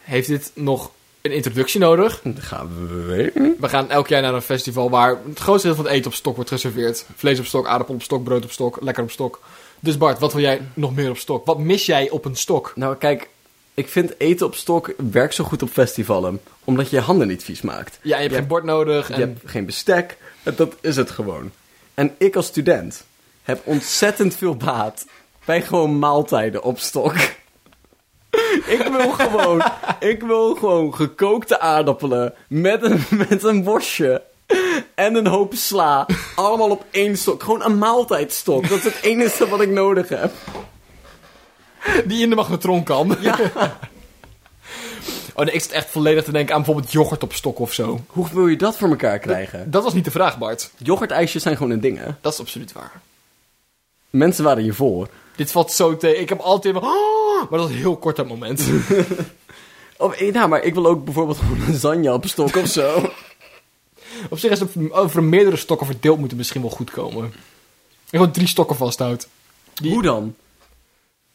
Speaker 2: Heeft dit nog een introductie nodig?
Speaker 1: Dat gaan we weten.
Speaker 2: We gaan elk jaar naar een festival waar het grootste deel van het eten op stok wordt geserveerd. Vlees op stok, aardappel op stok, brood op stok, lekker op stok. Dus Bart, wat wil jij nog meer op stok? Wat mis jij op een stok?
Speaker 1: Nou, kijk, ik vind eten op stok werkt zo goed op festivalen. Omdat je je handen niet vies maakt.
Speaker 2: Ja, je hebt
Speaker 1: Ja.
Speaker 2: geen bord nodig. En...
Speaker 1: Je hebt geen bestek. Dat is het gewoon. En ik als student heb ontzettend veel baat bij gewoon maaltijden op stok. Ik wil gewoon, ik wil gewoon gekookte aardappelen met een, met een worstje en een hoop sla. Allemaal op één stok. Gewoon een maaltijdstok. Dat is het enige wat ik nodig heb.
Speaker 2: Die in de magnetron kan.
Speaker 1: Ja.
Speaker 2: Oh, nee, ik zit echt volledig te denken aan bijvoorbeeld yoghurt op stok of zo.
Speaker 1: Hoe wil je dat voor elkaar krijgen?
Speaker 2: Dat was niet de vraag, Bart.
Speaker 1: Yoghurtijsjes zijn gewoon een ding, hè?
Speaker 2: Dat is absoluut waar.
Speaker 1: Mensen waren hiervoor.
Speaker 2: Dit valt zo tegen. Ik heb altijd... wel- Oh, maar dat is heel kort dat moment.
Speaker 1: Of, eh, nou, maar ik wil ook bijvoorbeeld gewoon lasagne op stok of zo.
Speaker 2: Op zich is het over meerdere stokken verdeeld moeten misschien wel goed komen. En gewoon drie stokken vasthoudt. Die-
Speaker 1: Hoe dan?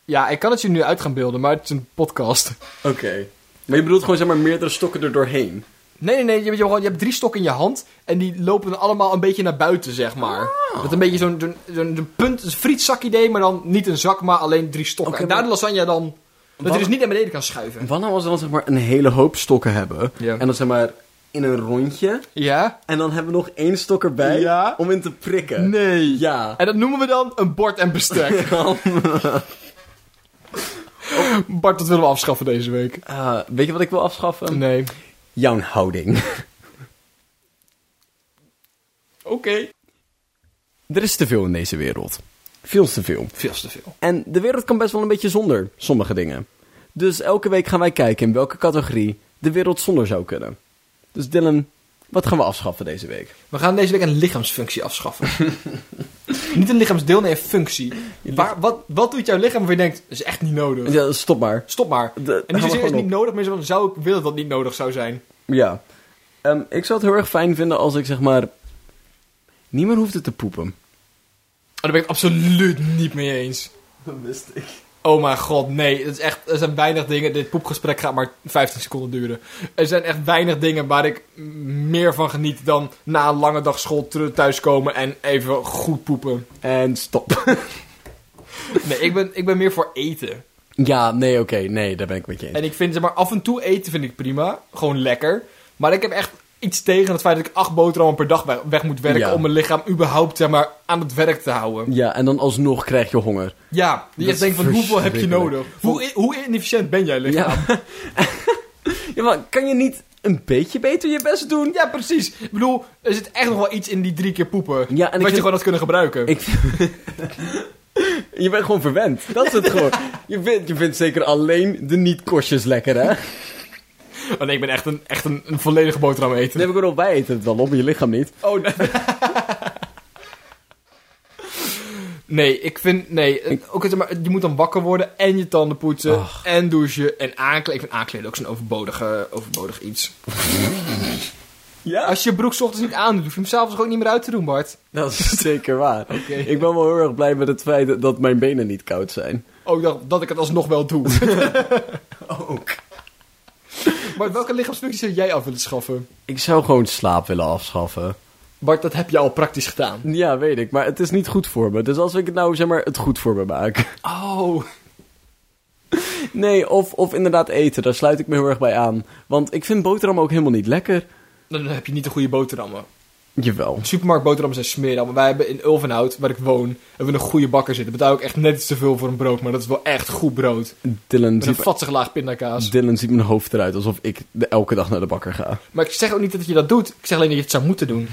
Speaker 2: Ja, ik kan het je nu uit gaan beelden, maar het is een podcast.
Speaker 1: Oké. Maar je bedoelt gewoon zeg maar meerdere stokken er doorheen.
Speaker 2: Nee, nee, nee. Je, hebt gewoon, je hebt drie stokken in je hand. En die lopen allemaal een beetje naar buiten, zeg maar.
Speaker 1: Oh.
Speaker 2: Dat is een beetje zo'n zo'n- zo'n zo'n punt, een frietzak idee, maar dan niet een zak, maar alleen drie stokken.
Speaker 1: Oké,
Speaker 2: en daar
Speaker 1: maar-
Speaker 2: de lasagne dan... Dat
Speaker 1: Wat-
Speaker 2: hij dus niet naar beneden kan schuiven.
Speaker 1: Wanneer als we dan zeg maar een hele hoop stokken hebben.
Speaker 2: Ja.
Speaker 1: En dan zeg maar in een rondje.
Speaker 2: Ja?
Speaker 1: En dan hebben we nog één stok erbij
Speaker 2: Ja?
Speaker 1: om in te prikken.
Speaker 2: Nee.
Speaker 1: Ja.
Speaker 2: En dat noemen we dan een bord en bestek. Bart, dat willen we afschaffen deze week.
Speaker 1: Eh, weet je wat ik wil afschaffen?
Speaker 2: Nee.
Speaker 1: Jouw houding.
Speaker 2: Oké.
Speaker 1: er is te veel in deze wereld. Veel te veel.
Speaker 2: Veel te veel.
Speaker 1: En de wereld kan best wel een beetje zonder sommige dingen. Dus elke week gaan wij kijken in welke categorie de wereld zonder zou kunnen. Dus Dylan, wat gaan we afschaffen deze week?
Speaker 2: We gaan deze week een lichaamsfunctie afschaffen. niet een lichaamsdeel, nee, een functie. Waar, wat, wat doet jouw lichaam waarvan je denkt, dat is echt niet nodig.
Speaker 1: Ja, stop maar.
Speaker 2: Stop maar.
Speaker 1: De- hou
Speaker 2: en niet
Speaker 1: maar
Speaker 2: zozeer is
Speaker 1: gewoon
Speaker 2: niet
Speaker 1: op.
Speaker 2: nodig, maar zo van, zou ik willen dat het niet nodig zou zijn. Oh,
Speaker 1: Ja. Ehm, ik zou het heel erg fijn vinden als ik zeg maar. niet meer hoefde te poepen.
Speaker 2: Oh, daar ben ik het absoluut niet mee eens.
Speaker 1: Dat wist ik.
Speaker 2: Oh mijn god, nee. Dat is echt, er zijn weinig dingen. Dit poepgesprek gaat maar 15 seconden duren. Er zijn echt weinig dingen waar ik m- meer van geniet dan na een lange dag school teru- thuiskomen en even goed poepen.
Speaker 1: En stop.
Speaker 2: Nee, ik ben, ik ben meer voor eten.
Speaker 1: ja, nee, oké. Nee, daar ben ik met je eens.
Speaker 2: En ik vind, zeg maar, af en toe eten vind ik prima. Gewoon lekker. Maar ik heb echt iets tegen het feit dat ik acht boterhammen per dag we- weg moet werken...
Speaker 1: Ja.
Speaker 2: om mijn lichaam überhaupt, zeg maar, aan het werk te houden.
Speaker 1: Ja, en dan alsnog krijg je honger.
Speaker 2: Ja, die
Speaker 1: Dat
Speaker 2: echt denkt van,
Speaker 1: is
Speaker 2: hoeveel heb je
Speaker 1: verschrikkelijk.
Speaker 2: nodig? Hoe, i- hoe inefficiënt ben jij lichaam? Ja.
Speaker 1: ja, maar kan je niet een beetje beter je best doen?
Speaker 2: precies. Ik bedoel, er zit echt nog wel iets in die drie keer poepen. wat
Speaker 1: ik
Speaker 2: je
Speaker 1: vind-
Speaker 2: gewoon had kunnen gebruiken.
Speaker 1: Ik. je bent gewoon verwend. Dat is het gewoon. Je vindt, je vindt zeker alleen de niet-kostjes lekker, hè?
Speaker 2: Oh nee, ik ben echt een, echt een, een volledige boterham eten.
Speaker 1: Dan heb ik erop bij eten het wel op, maar je lichaam niet.
Speaker 2: Oh, nee. Nee, ik vind. Nee, eh, ook, het- maar, je moet dan wakker worden en je tanden poetsen.
Speaker 1: Ach.
Speaker 2: En douchen en aankleden. Ik vind aankleden ook zo'n overbodige, overbodig iets.
Speaker 1: Ja?
Speaker 2: Als je je broek 's ochtends niet aandoet, hoef je hem s'avonds ook niet meer uit te doen, Bart.
Speaker 1: Dat is zeker waar. Ik ben wel heel erg blij met het feit dat- dat mijn benen niet koud zijn.
Speaker 2: Oh, ik dacht dat ik het alsnog wel doe. Oh,
Speaker 1: Ook.
Speaker 2: maar welke lichaamsfunctie zou jij af willen schaffen?
Speaker 1: Ik zou gewoon slaap willen afschaffen.
Speaker 2: Bart, dat heb je al praktisch gedaan.
Speaker 1: Ja, weet ik, maar het is niet goed voor me. Dus als ik het nou, zeg maar, het goed voor me maak.
Speaker 2: Oh.
Speaker 1: Nee, of, of inderdaad eten, daar sluit ik me heel erg bij aan. Want ik vind boterham ook helemaal niet lekker.
Speaker 2: Dan heb je niet de goede boterhammen.
Speaker 1: Jawel.
Speaker 2: Supermarkt boterhammen zijn smerig, maar wij hebben in Ulvenhout, waar ik woon, hebben we een goede bakker zitten. Betaal ik echt net iets te veel voor een brood, maar dat is wel echt goed brood.
Speaker 1: Dylan
Speaker 2: Met een
Speaker 1: ziet,
Speaker 2: vatsige laag pindakaas.
Speaker 1: Dylan ziet mijn hoofd eruit alsof ik de- elke dag naar de bakker ga.
Speaker 2: Maar ik zeg ook niet dat je dat doet. Ik zeg alleen dat je het zou moeten doen.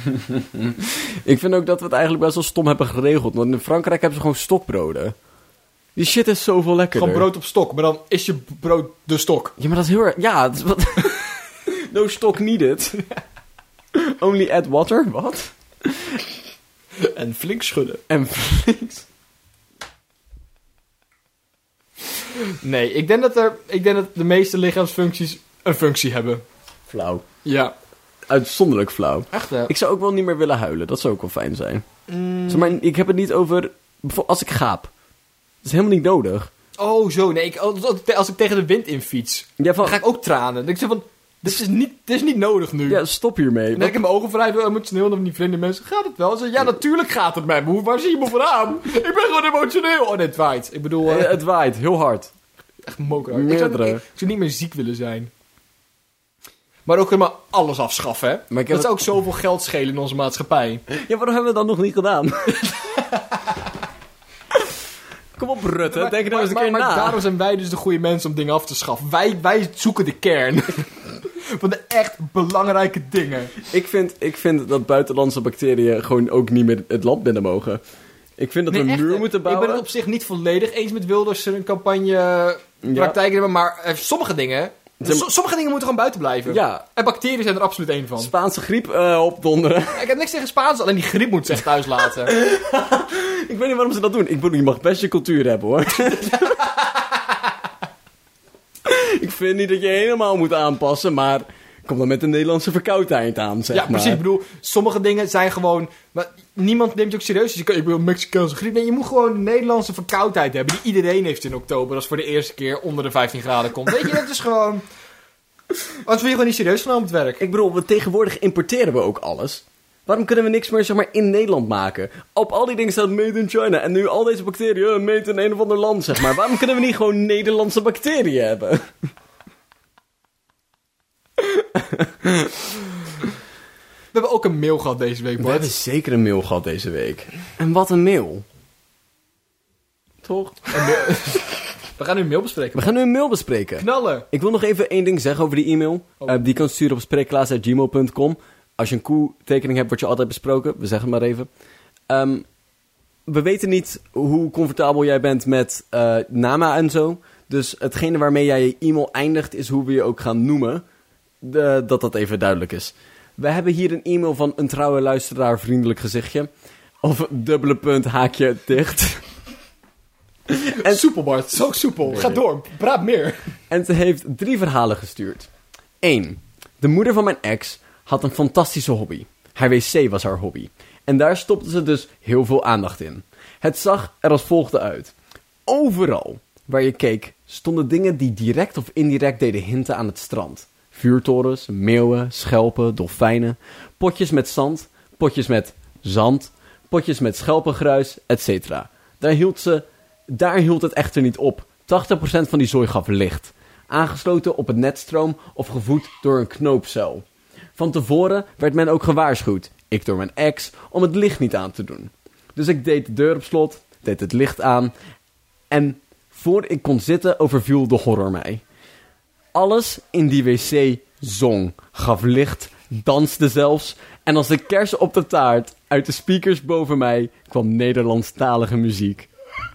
Speaker 1: Ik vind ook dat we het eigenlijk best wel stom hebben geregeld. Want in Frankrijk hebben ze gewoon stokbroden. Die shit is zoveel lekkerder.
Speaker 2: Gewoon brood op stok. Maar dan is je brood de stok.
Speaker 1: Ja, maar dat is heel erg... Ja, het is wat... no stock needed. Only add water. Wat?
Speaker 2: En flink schudden.
Speaker 1: En flink.
Speaker 2: Nee, ik denk dat, er, ik denk dat de meeste lichaamsfuncties een functie hebben.
Speaker 1: Flauw.
Speaker 2: Ja.
Speaker 1: Uitzonderlijk flauw.
Speaker 2: Echt hè?
Speaker 1: Ik zou ook wel niet meer willen huilen. Dat zou ook wel fijn zijn.
Speaker 2: Mm.
Speaker 1: Zeg maar, ik heb het niet over... bijvo- Als ik gaap. Dat is helemaal niet nodig.
Speaker 2: Oh zo, nee. Ik, als, als ik tegen de wind in fiets,
Speaker 1: Ja,
Speaker 2: dan
Speaker 1: van,
Speaker 2: ga ik ook tranen. Dan denk ik zo van, Dit is niet, dit is niet nodig nu.
Speaker 1: Ja, stop hiermee.
Speaker 2: En ik heb mijn ogen vrij eh, emotioneel naar die vrienden mensen. Gaat het wel? Ze, ja, natuurlijk gaat het met me. Hoe- Waar zie je me vandaan? Ik ben gewoon emotioneel. Oh, dit waait. Ik bedoel,
Speaker 1: Eh,
Speaker 2: eh,
Speaker 1: het waait heel hard.
Speaker 2: echt moker. Ik zou,
Speaker 1: meerdere.
Speaker 2: niet- ik zou niet meer ziek willen zijn. Maar ook helemaal alles afschaffen, hè?
Speaker 1: Maar ik heb
Speaker 2: dat
Speaker 1: het-
Speaker 2: zou ook zoveel geld schelen in onze maatschappij.
Speaker 1: Ja, waarom hebben we dat nog niet gedaan? Kom op, Rutte.
Speaker 2: Maar-
Speaker 1: Denk er nou
Speaker 2: maar-
Speaker 1: eens een
Speaker 2: maar-
Speaker 1: keer
Speaker 2: maar
Speaker 1: na.
Speaker 2: daarom zijn wij dus de goede mensen om dingen af te schaffen. Wij, wij zoeken de kern van de echt belangrijke dingen.
Speaker 1: Ik, vind, ik vind dat buitenlandse bacteriën gewoon ook niet meer het land binnen mogen. Ik vind dat we
Speaker 2: Nee,
Speaker 1: een
Speaker 2: echt,
Speaker 1: muur
Speaker 2: hè.
Speaker 1: moeten bouwen.
Speaker 2: Ik ben het op zich niet volledig eens met Wilders zijn campagne eh, praktijk hebben, maar eh, sommige dingen...
Speaker 1: Ze-
Speaker 2: so- sommige dingen moeten gewoon buiten blijven.
Speaker 1: Ja,
Speaker 2: En bacteriën zijn er absoluut één van.
Speaker 1: Spaanse griep eh, opdonderen.
Speaker 2: Ik heb niks tegen Spaans, alleen die griep moet ze echt thuis laten.
Speaker 1: ik weet niet waarom ze dat doen. Ik bedoel, je mag best je cultuur hebben, hoor. ik vind niet dat je helemaal moet aanpassen, maar... Kom dan met de Nederlandse verkoudheid aan, zeg
Speaker 2: ja,
Speaker 1: maar.
Speaker 2: precies. Ik bedoel, sommige dingen zijn gewoon... Maar niemand neemt je ook serieus. Dus je kan, ik bedoel, Mexicaanse griep. Nee, je moet gewoon de Nederlandse verkoudheid hebben. Die iedereen heeft in oktober. Als het voor de eerste keer onder de 15 graden komt. Weet je, dat is gewoon... Anders word je gewoon niet serieus genomen op het werk.
Speaker 1: Ik bedoel, we tegenwoordig importeren we ook alles. Waarom kunnen we niks meer zeg maar, in Nederland maken? Op al die dingen staat made in China. En nu al deze bacteriën eh, made in een of ander land, zeg maar. Waarom kunnen we niet gewoon Nederlandse bacteriën hebben?
Speaker 2: We hebben ook een mail gehad deze week,
Speaker 1: We
Speaker 2: Bart.
Speaker 1: hebben zeker een mail gehad deze week. En wat een mail. Toch?
Speaker 2: We gaan nu een mail bespreken.
Speaker 1: We gaan nu een mail bespreken.
Speaker 2: Knallen!
Speaker 1: Eh, Ik wil nog even één ding zeggen over die e-mail.
Speaker 2: Oh.
Speaker 1: Eh, die kan sturen op spreekklaas.gmail.com. Als je een koe-tekening hebt, wordt je altijd besproken. We zeggen het maar even. Ehm, we weten niet hoe comfortabel jij bent met eh, Nama en zo. Dus hetgene waarmee jij je e-mail eindigt, is hoe we je ook gaan noemen. De- dat dat even duidelijk is. We hebben hier een e-mail van een trouwe luisteraar, vriendelijk gezichtje. Of dubbele punt, haakje, dicht.
Speaker 2: En soepel, Bart. Zo soepel. Ga door. Praat meer.
Speaker 1: En ze heeft drie verhalen gestuurd. 1. De moeder van mijn ex had een fantastische hobby. Haar wc was haar hobby. En daar stopte ze dus heel veel aandacht in. Het zag er als volgde uit. Overal waar je keek stonden dingen die direct of indirect deden hinten aan het strand. Vuurtorens, meeuwen, schelpen, dolfijnen, potjes met zand, potjes met zand, potjes met schelpengruis, etc. Daar hield ze daar hield het echter niet op. 80% van die zooi gaf licht. Aangesloten op het netstroom of gevoed door een knoopcel. Van tevoren werd men ook gewaarschuwd, ik door mijn ex, om het licht niet aan te doen. Dus ik deed de deur op slot, deed het licht aan. En voor ik kon zitten, overviel de horror mij. Alles in die wc zong, gaf licht, danste zelfs. En als de kers op de taart, uit de speakers boven mij, kwam Nederlandstalige muziek.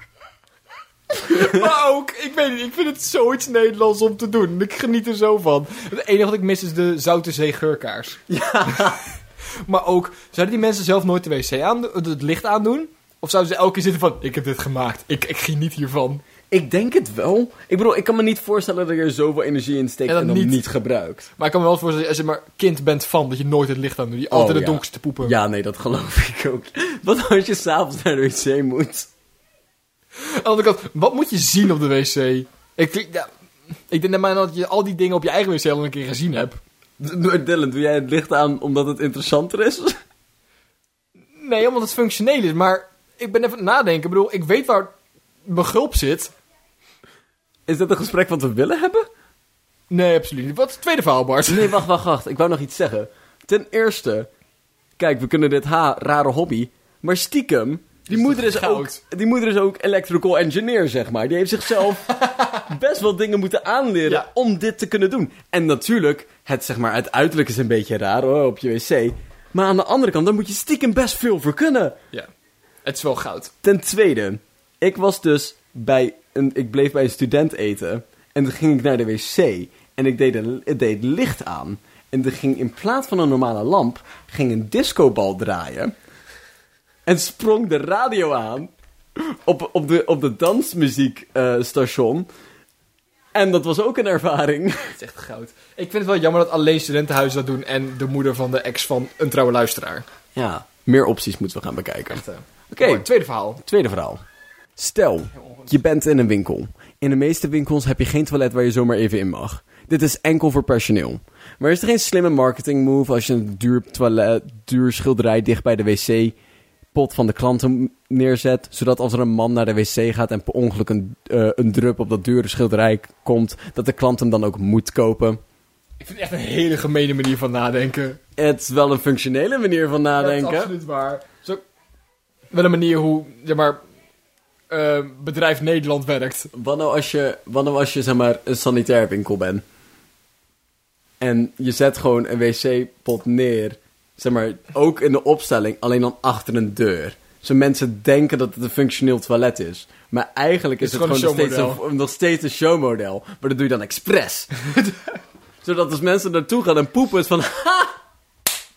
Speaker 2: Maar ook, ik weet niet, ik vind het zoiets Nederlands om te doen. Ik geniet er zo van. Het enige wat ik mis is de Zoute Zee geurkaars. Ja. maar ook, zouden die mensen zelf nooit de wc aan, het licht aandoen? Of zouden ze elke keer zitten van, ik heb dit gemaakt. Ik, ik geniet hiervan.
Speaker 1: Ik denk het wel. Ik bedoel, ik kan me niet voorstellen dat je er zoveel energie in steekt
Speaker 2: En
Speaker 1: en,
Speaker 2: dan
Speaker 1: dan niet,
Speaker 2: niet.
Speaker 1: gebruikt.
Speaker 2: Maar ik kan me wel voorstellen, als je maar kind bent van, dat je nooit het licht aan doet. Die
Speaker 1: Oh,
Speaker 2: altijd de
Speaker 1: ja.
Speaker 2: donkerste poepen.
Speaker 1: Ja, nee, dat geloof ik ook. Wat als je s'avonds naar de wc moet?
Speaker 2: Aan de andere kant, wat moet je zien op de wc? Ik, ja, ik denk net maar dat je al die dingen op je eigen wc al een keer gezien hebt.
Speaker 1: D- Dylan, doe jij het licht aan omdat het interessanter is?
Speaker 2: Nee, omdat het functioneel is. Maar ik ben even aan het nadenken. Ik bedoel, ik weet waar mijn gulp zit.
Speaker 1: Is dat een gesprek wat we willen hebben?
Speaker 2: Nee, absoluut niet. Wat is het tweede verhaal, Bart?
Speaker 1: Nee, wacht, wacht, wacht. Ik wou nog iets zeggen. Ten eerste, kijk, we kunnen dit ha rare hobby, maar stiekem, die
Speaker 2: Is
Speaker 1: moeder
Speaker 2: dat
Speaker 1: is, ook,
Speaker 2: goud?
Speaker 1: die moeder is ook electrical engineer, zeg maar. Die heeft zichzelf best wel dingen moeten aanleren
Speaker 2: Ja.
Speaker 1: om dit te kunnen doen. En natuurlijk, het, zeg maar, het uiterlijk is een beetje raar hoor, op je wc. Maar aan de andere kant, daar moet je stiekem best veel voor kunnen.
Speaker 2: Ja. Het is wel goud.
Speaker 1: Ten tweede, ik was dus bij een, ik bleef bij een student eten. En toen ging ik naar de wc. En ik deed, een, het deed licht aan. En er ging in plaats van een normale lamp, ging een discobal draaien. En sprong de radio aan. Op, op de, op de dansmuziekstation. en dat was ook een ervaring.
Speaker 2: Het is echt goud. Ik vind het wel jammer dat alleen studentenhuizen dat doen en de moeder van de ex van een trouwe luisteraar.
Speaker 1: Ja, meer opties moeten we gaan bekijken.
Speaker 2: Echt, eh,
Speaker 1: Oké.
Speaker 2: mooi. tweede verhaal.
Speaker 1: Tweede verhaal. Stel, je bent in een winkel. In de meeste winkels heb je geen toilet waar je zomaar even in mag. Dit is enkel voor personeel. Maar is er geen slimme marketing move als je een duur, toilet, duur schilderij dicht bij de wc-pot van de klanten neerzet? Zodat als er een man naar de wc gaat en per ongeluk een, eh, een drup op dat dure schilderij komt, dat de klant hem dan ook moet kopen?
Speaker 2: Ik vind het echt een hele gemene manier van nadenken.
Speaker 1: Het is wel een functionele manier van
Speaker 2: Dat
Speaker 1: nadenken.
Speaker 2: is absoluut waar. Het is ook wel een manier hoe, zeg maar, eh, bedrijf Nederland werkt.
Speaker 1: Wat nou als je, wat nou als je zeg maar, een sanitair winkel bent? En je zet gewoon een wc-pot neer. Zeg maar, ook in de opstelling, alleen dan achter een deur. Zo mensen denken dat het een functioneel toilet is. Maar eigenlijk is,
Speaker 2: Het
Speaker 1: het
Speaker 2: is
Speaker 1: gewoon nog
Speaker 2: gewoon een
Speaker 1: steeds, een, nog steeds een showmodel. Maar dat doe je dan expres. Zodat als mensen naartoe gaan en poepen, is van... Ha!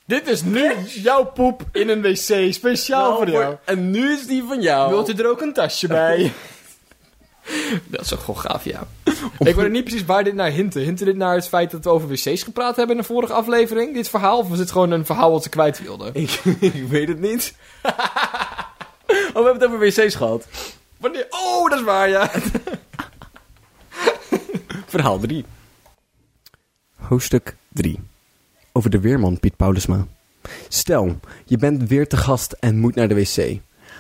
Speaker 2: Dit is nu jouw poep in een wc, speciaal
Speaker 1: nou,
Speaker 2: voor jou.
Speaker 1: En nu is die van jou.
Speaker 2: Wilt u er ook een tasje bij? dat is toch gewoon gaaf, ja. Ik weet ook niet precies waar dit naar hinten. Hinten dit naar het feit dat we over wc's gepraat hebben in de vorige aflevering, dit verhaal? Of was dit gewoon een verhaal wat ze kwijt wilden?
Speaker 1: Ik, ik weet het niet. oh, we hebben het over wc's gehad.
Speaker 2: Wanneer... Oh, dat is waar, ja.
Speaker 1: Verhaal 3. Hoofdstuk 3. Over de weerman Piet Paulusma. Stel, je bent weer te gast en moet naar de wc.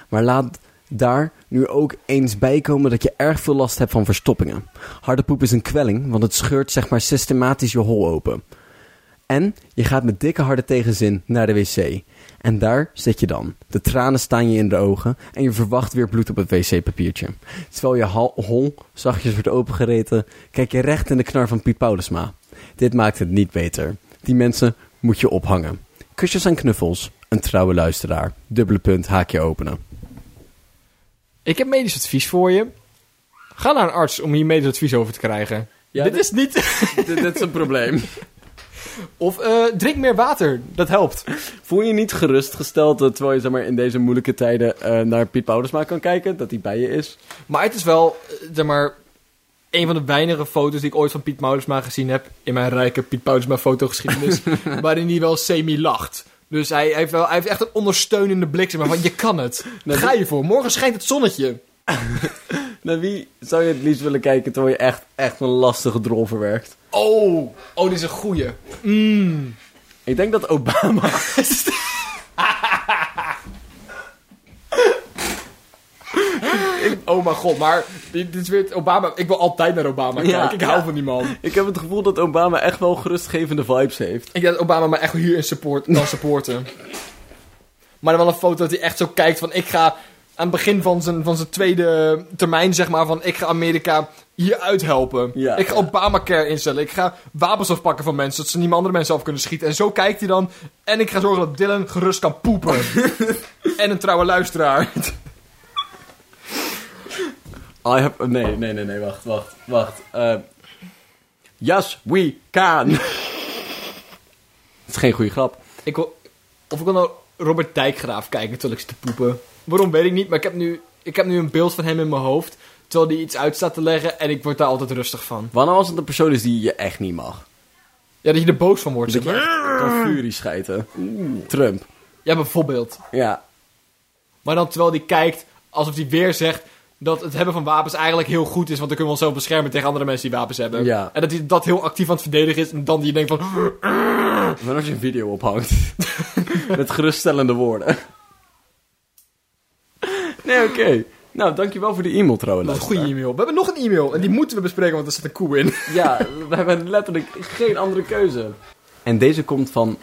Speaker 1: Maar laat daar nu ook eens bij komen dat je erg veel last hebt van verstoppingen. Harde poep is een kwelling, want het scheurt zeg maar systematisch je hol open. En je gaat met dikke harde tegenzin naar de wc. En daar zit je dan. De tranen staan je in de ogen en je verwacht weer bloed op het wc-papiertje. Terwijl je hal- hol zachtjes wordt opengereten, kijk je recht in de knar van Piet Paulusma. Dit maakt het niet beter. Die mensen moet je ophangen. Kusjes en knuffels, een trouwe luisteraar. Dubbele punt, haakje openen.
Speaker 2: Ik heb medisch advies voor je. Ga naar een arts om hier medisch advies over te krijgen.
Speaker 1: Ja,
Speaker 2: dit
Speaker 1: dit-
Speaker 2: is niet...
Speaker 1: dit, is een probleem.
Speaker 2: Of eh, drink meer water, dat helpt.
Speaker 1: Voel je je niet gerustgesteld eh, terwijl je zeg maar, in deze moeilijke tijden eh, naar Piet Paulusma kan kijken? Dat hij bij je is?
Speaker 2: Maar het is wel, eh, zeg maar, een van de weinige foto's die ik ooit van Piet Moudersma gezien heb. In mijn rijke Piet Moudersma fotogeschiedenis. waarin hij wel semi lacht. Dus hij heeft, wel, hij heeft echt een ondersteunende blik. Zeg maar, van je kan het.
Speaker 1: Nou,
Speaker 2: Ga je voor. Morgen schijnt het zonnetje.
Speaker 1: Naar wie zou je het liefst willen kijken terwijl je echt, echt een lastige drol verwerkt?
Speaker 2: Oh, oh, dit is een goeie.
Speaker 1: Ik denk dat Obama...
Speaker 2: Oh mijn god, maar dit, dit is weer het Obama. Ik wil altijd naar Obama kijken.
Speaker 1: Ja,
Speaker 2: ik
Speaker 1: ja.
Speaker 2: hou van die man.
Speaker 1: Ik heb het gevoel dat Obama echt wel gerustgevende vibes heeft.
Speaker 2: Ik denk dat Obama me echt hier in support, kan supporten. maar dan wel een foto dat hij echt zo kijkt van... Ik ga aan het begin van zijn, van zijn tweede termijn, zeg maar... van ik ga Amerika hieruit helpen.
Speaker 1: Ja,
Speaker 2: ik ga
Speaker 1: ja.
Speaker 2: Obamacare instellen. Ik ga wapens afpakken van mensen... zodat ze niet meer andere mensen af kunnen schieten. En zo kijkt hij dan. En ik ga zorgen dat Dylan gerust kan poepen. en een trouwe luisteraar.
Speaker 1: I have... Nee, nee, nee, nee, wacht, wacht, wacht. Eh, yes, we can. Het is geen goede grap.
Speaker 2: ik wil, of ik wil nou Robert Dijkgraaf kijken terwijl ik zit te poepen. Waarom weet ik niet, maar ik heb nu, ik heb nu een beeld van hem in mijn hoofd... terwijl hij iets uit staat te leggen en ik word daar altijd rustig van.
Speaker 1: Wanneer als het een persoon is die je echt niet mag?
Speaker 2: Ja, dat je er boos van wordt, zeg
Speaker 1: Dat je
Speaker 2: maar.
Speaker 1: echt kan furie schijten. Trump.
Speaker 2: Ja, bijvoorbeeld.
Speaker 1: Ja.
Speaker 2: Maar dan terwijl die kijkt, alsof hij weer zegt dat het hebben van wapens eigenlijk heel goed is, want dan kunnen we onszelf beschermen tegen andere mensen die wapens hebben.
Speaker 1: Ja.
Speaker 2: En dat hij dat heel actief aan het verdedigen is en dan die denkt van...
Speaker 1: Maar als je een video ophangt. met geruststellende woorden. Nee, oké. Nou, dankjewel voor die e-mail trouwens.
Speaker 2: Dat is een goede e-mail. We hebben nog een e-mail en die moeten we bespreken, want er zit een koe in.
Speaker 1: Ja, we hebben letterlijk geen andere keuze. En deze komt van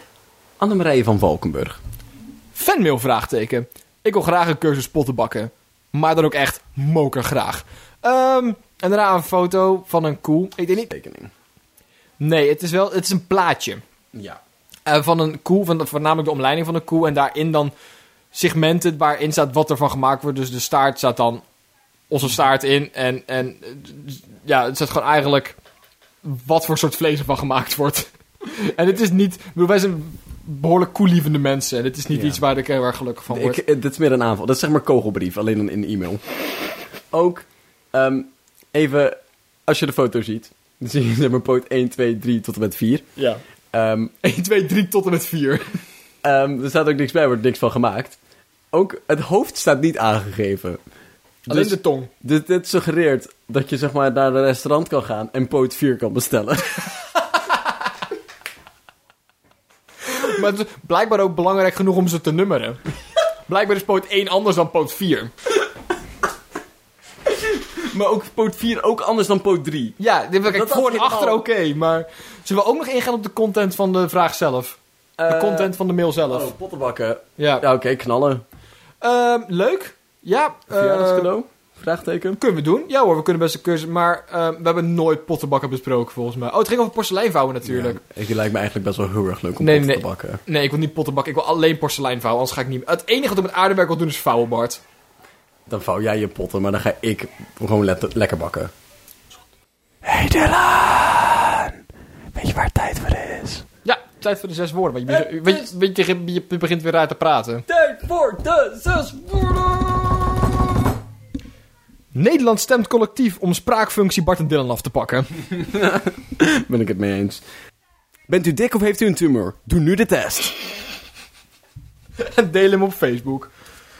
Speaker 1: Annemarije van Valkenburg.
Speaker 2: Fanmail vraagteken. Ik wil graag een cursus potten bakken. Maar dan ook echt moker graag. Ehm, en daarna een foto van een koe. Ik denk niet...
Speaker 1: Tekening.
Speaker 2: Nee, het is wel... Het is een plaatje.
Speaker 1: Ja.
Speaker 2: Eh, van een koe, van de- voornamelijk de omleiding van een koe. En daarin dan segmenten waarin staat wat er van gemaakt wordt. Dus de staart staat dan onze staart in. En, en eh, ja, het staat gewoon eigenlijk wat voor soort vlees er van gemaakt wordt. en het is niet... ik bedoel, Wij zijn behoorlijk koelievende mensen. En het is niet
Speaker 1: Ja.
Speaker 2: iets waar ik heel erg gelukkig van word.
Speaker 1: Ik, eh, dit is meer een aanval. Dat is zeg maar kogelbrief, alleen dan in de e-mail. Ook, ehm, even, als je de foto ziet, dan zie je zeg maar poot 1, 2, 3 tot en met 4.
Speaker 2: Ja.
Speaker 1: Ehm
Speaker 2: 1, 2, 3 tot en met 4.
Speaker 1: Ehm, er staat ook niks bij, er wordt niks van gemaakt. Ook het hoofd staat niet aangegeven.
Speaker 2: Alleen
Speaker 1: Dus
Speaker 2: de tong.
Speaker 1: dit, dit suggereert dat je zeg maar naar een restaurant kan gaan en poot 4 kan bestellen.
Speaker 2: Maar het is blijkbaar ook belangrijk genoeg om ze te nummeren. Blijkbaar is poot 1 anders dan poot 4.
Speaker 1: Maar ook poot 4 ook anders dan poot 3.
Speaker 2: Ja, dit wil ik
Speaker 1: Dat
Speaker 2: voor en
Speaker 1: had
Speaker 2: achter oké,
Speaker 1: helemaal-
Speaker 2: maar... Zullen we ook nog ingaan op de content van de vraag zelf? De
Speaker 1: Eh,
Speaker 2: content van de mail zelf.
Speaker 1: Oh, pottenbakken.
Speaker 2: Ja.
Speaker 1: Ja, oké, knallen.
Speaker 2: Ehm, leuk. Ja, eh,
Speaker 1: Verjaardagscadeau? Vraagteken.
Speaker 2: kunnen we doen. Ja hoor, we kunnen best een cursus... Maar ehm, we hebben nooit pottenbakken besproken, volgens mij. Oh, het ging over porseleinvouwen natuurlijk.
Speaker 1: Ja, ik lijkt me eigenlijk best wel heel erg leuk om
Speaker 2: Nee,
Speaker 1: potten
Speaker 2: nee.
Speaker 1: te bakken.
Speaker 2: Nee, ik wil niet pottenbakken. Ik wil alleen porselein vouwen, anders ga ik niet... Het enige wat ik met aardewerk wil doen is vouwen, Bart.
Speaker 1: Dan vouw jij je potten, maar dan ga ik gewoon letter- lekker bakken. Hey Dylan! Weet je waar tijd voor is?
Speaker 2: Ja, tijd voor de zes woorden. Want je, bent zo-
Speaker 1: Het
Speaker 2: weet je-
Speaker 1: is-
Speaker 2: weet je, je, je begint weer raar te praten.
Speaker 1: Tijd voor de zes
Speaker 2: Nederland stemt collectief om spraakfunctie Bart en Dylan af te pakken.
Speaker 1: Ben ik het mee eens. Bent u dik of heeft u een tumor? Doe nu de test.
Speaker 2: En deel hem op Facebook.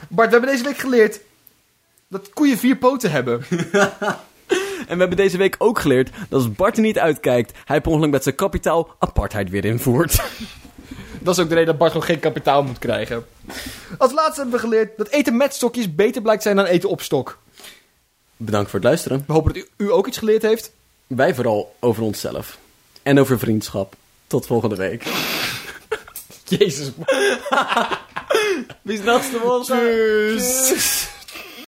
Speaker 2: Bart, we hebben deze week geleerd dat koeien vier poten hebben.
Speaker 1: En we hebben deze week ook geleerd dat als Bart er niet uitkijkt, hij per ongeluk met zijn kapitaal apartheid weer invoert.
Speaker 2: Dat is ook de reden dat Bart gewoon geen kapitaal moet krijgen. Als laatste hebben we geleerd dat eten met stokjes beter blijkt zijn dan eten op stok.
Speaker 1: Bedankt voor het luisteren.
Speaker 2: We hopen dat u, u ook iets geleerd heeft.
Speaker 1: Wij vooral over onszelf. En over vriendschap. Tot volgende week.
Speaker 2: Jezus.
Speaker 1: Wie is naast de
Speaker 2: Tjus.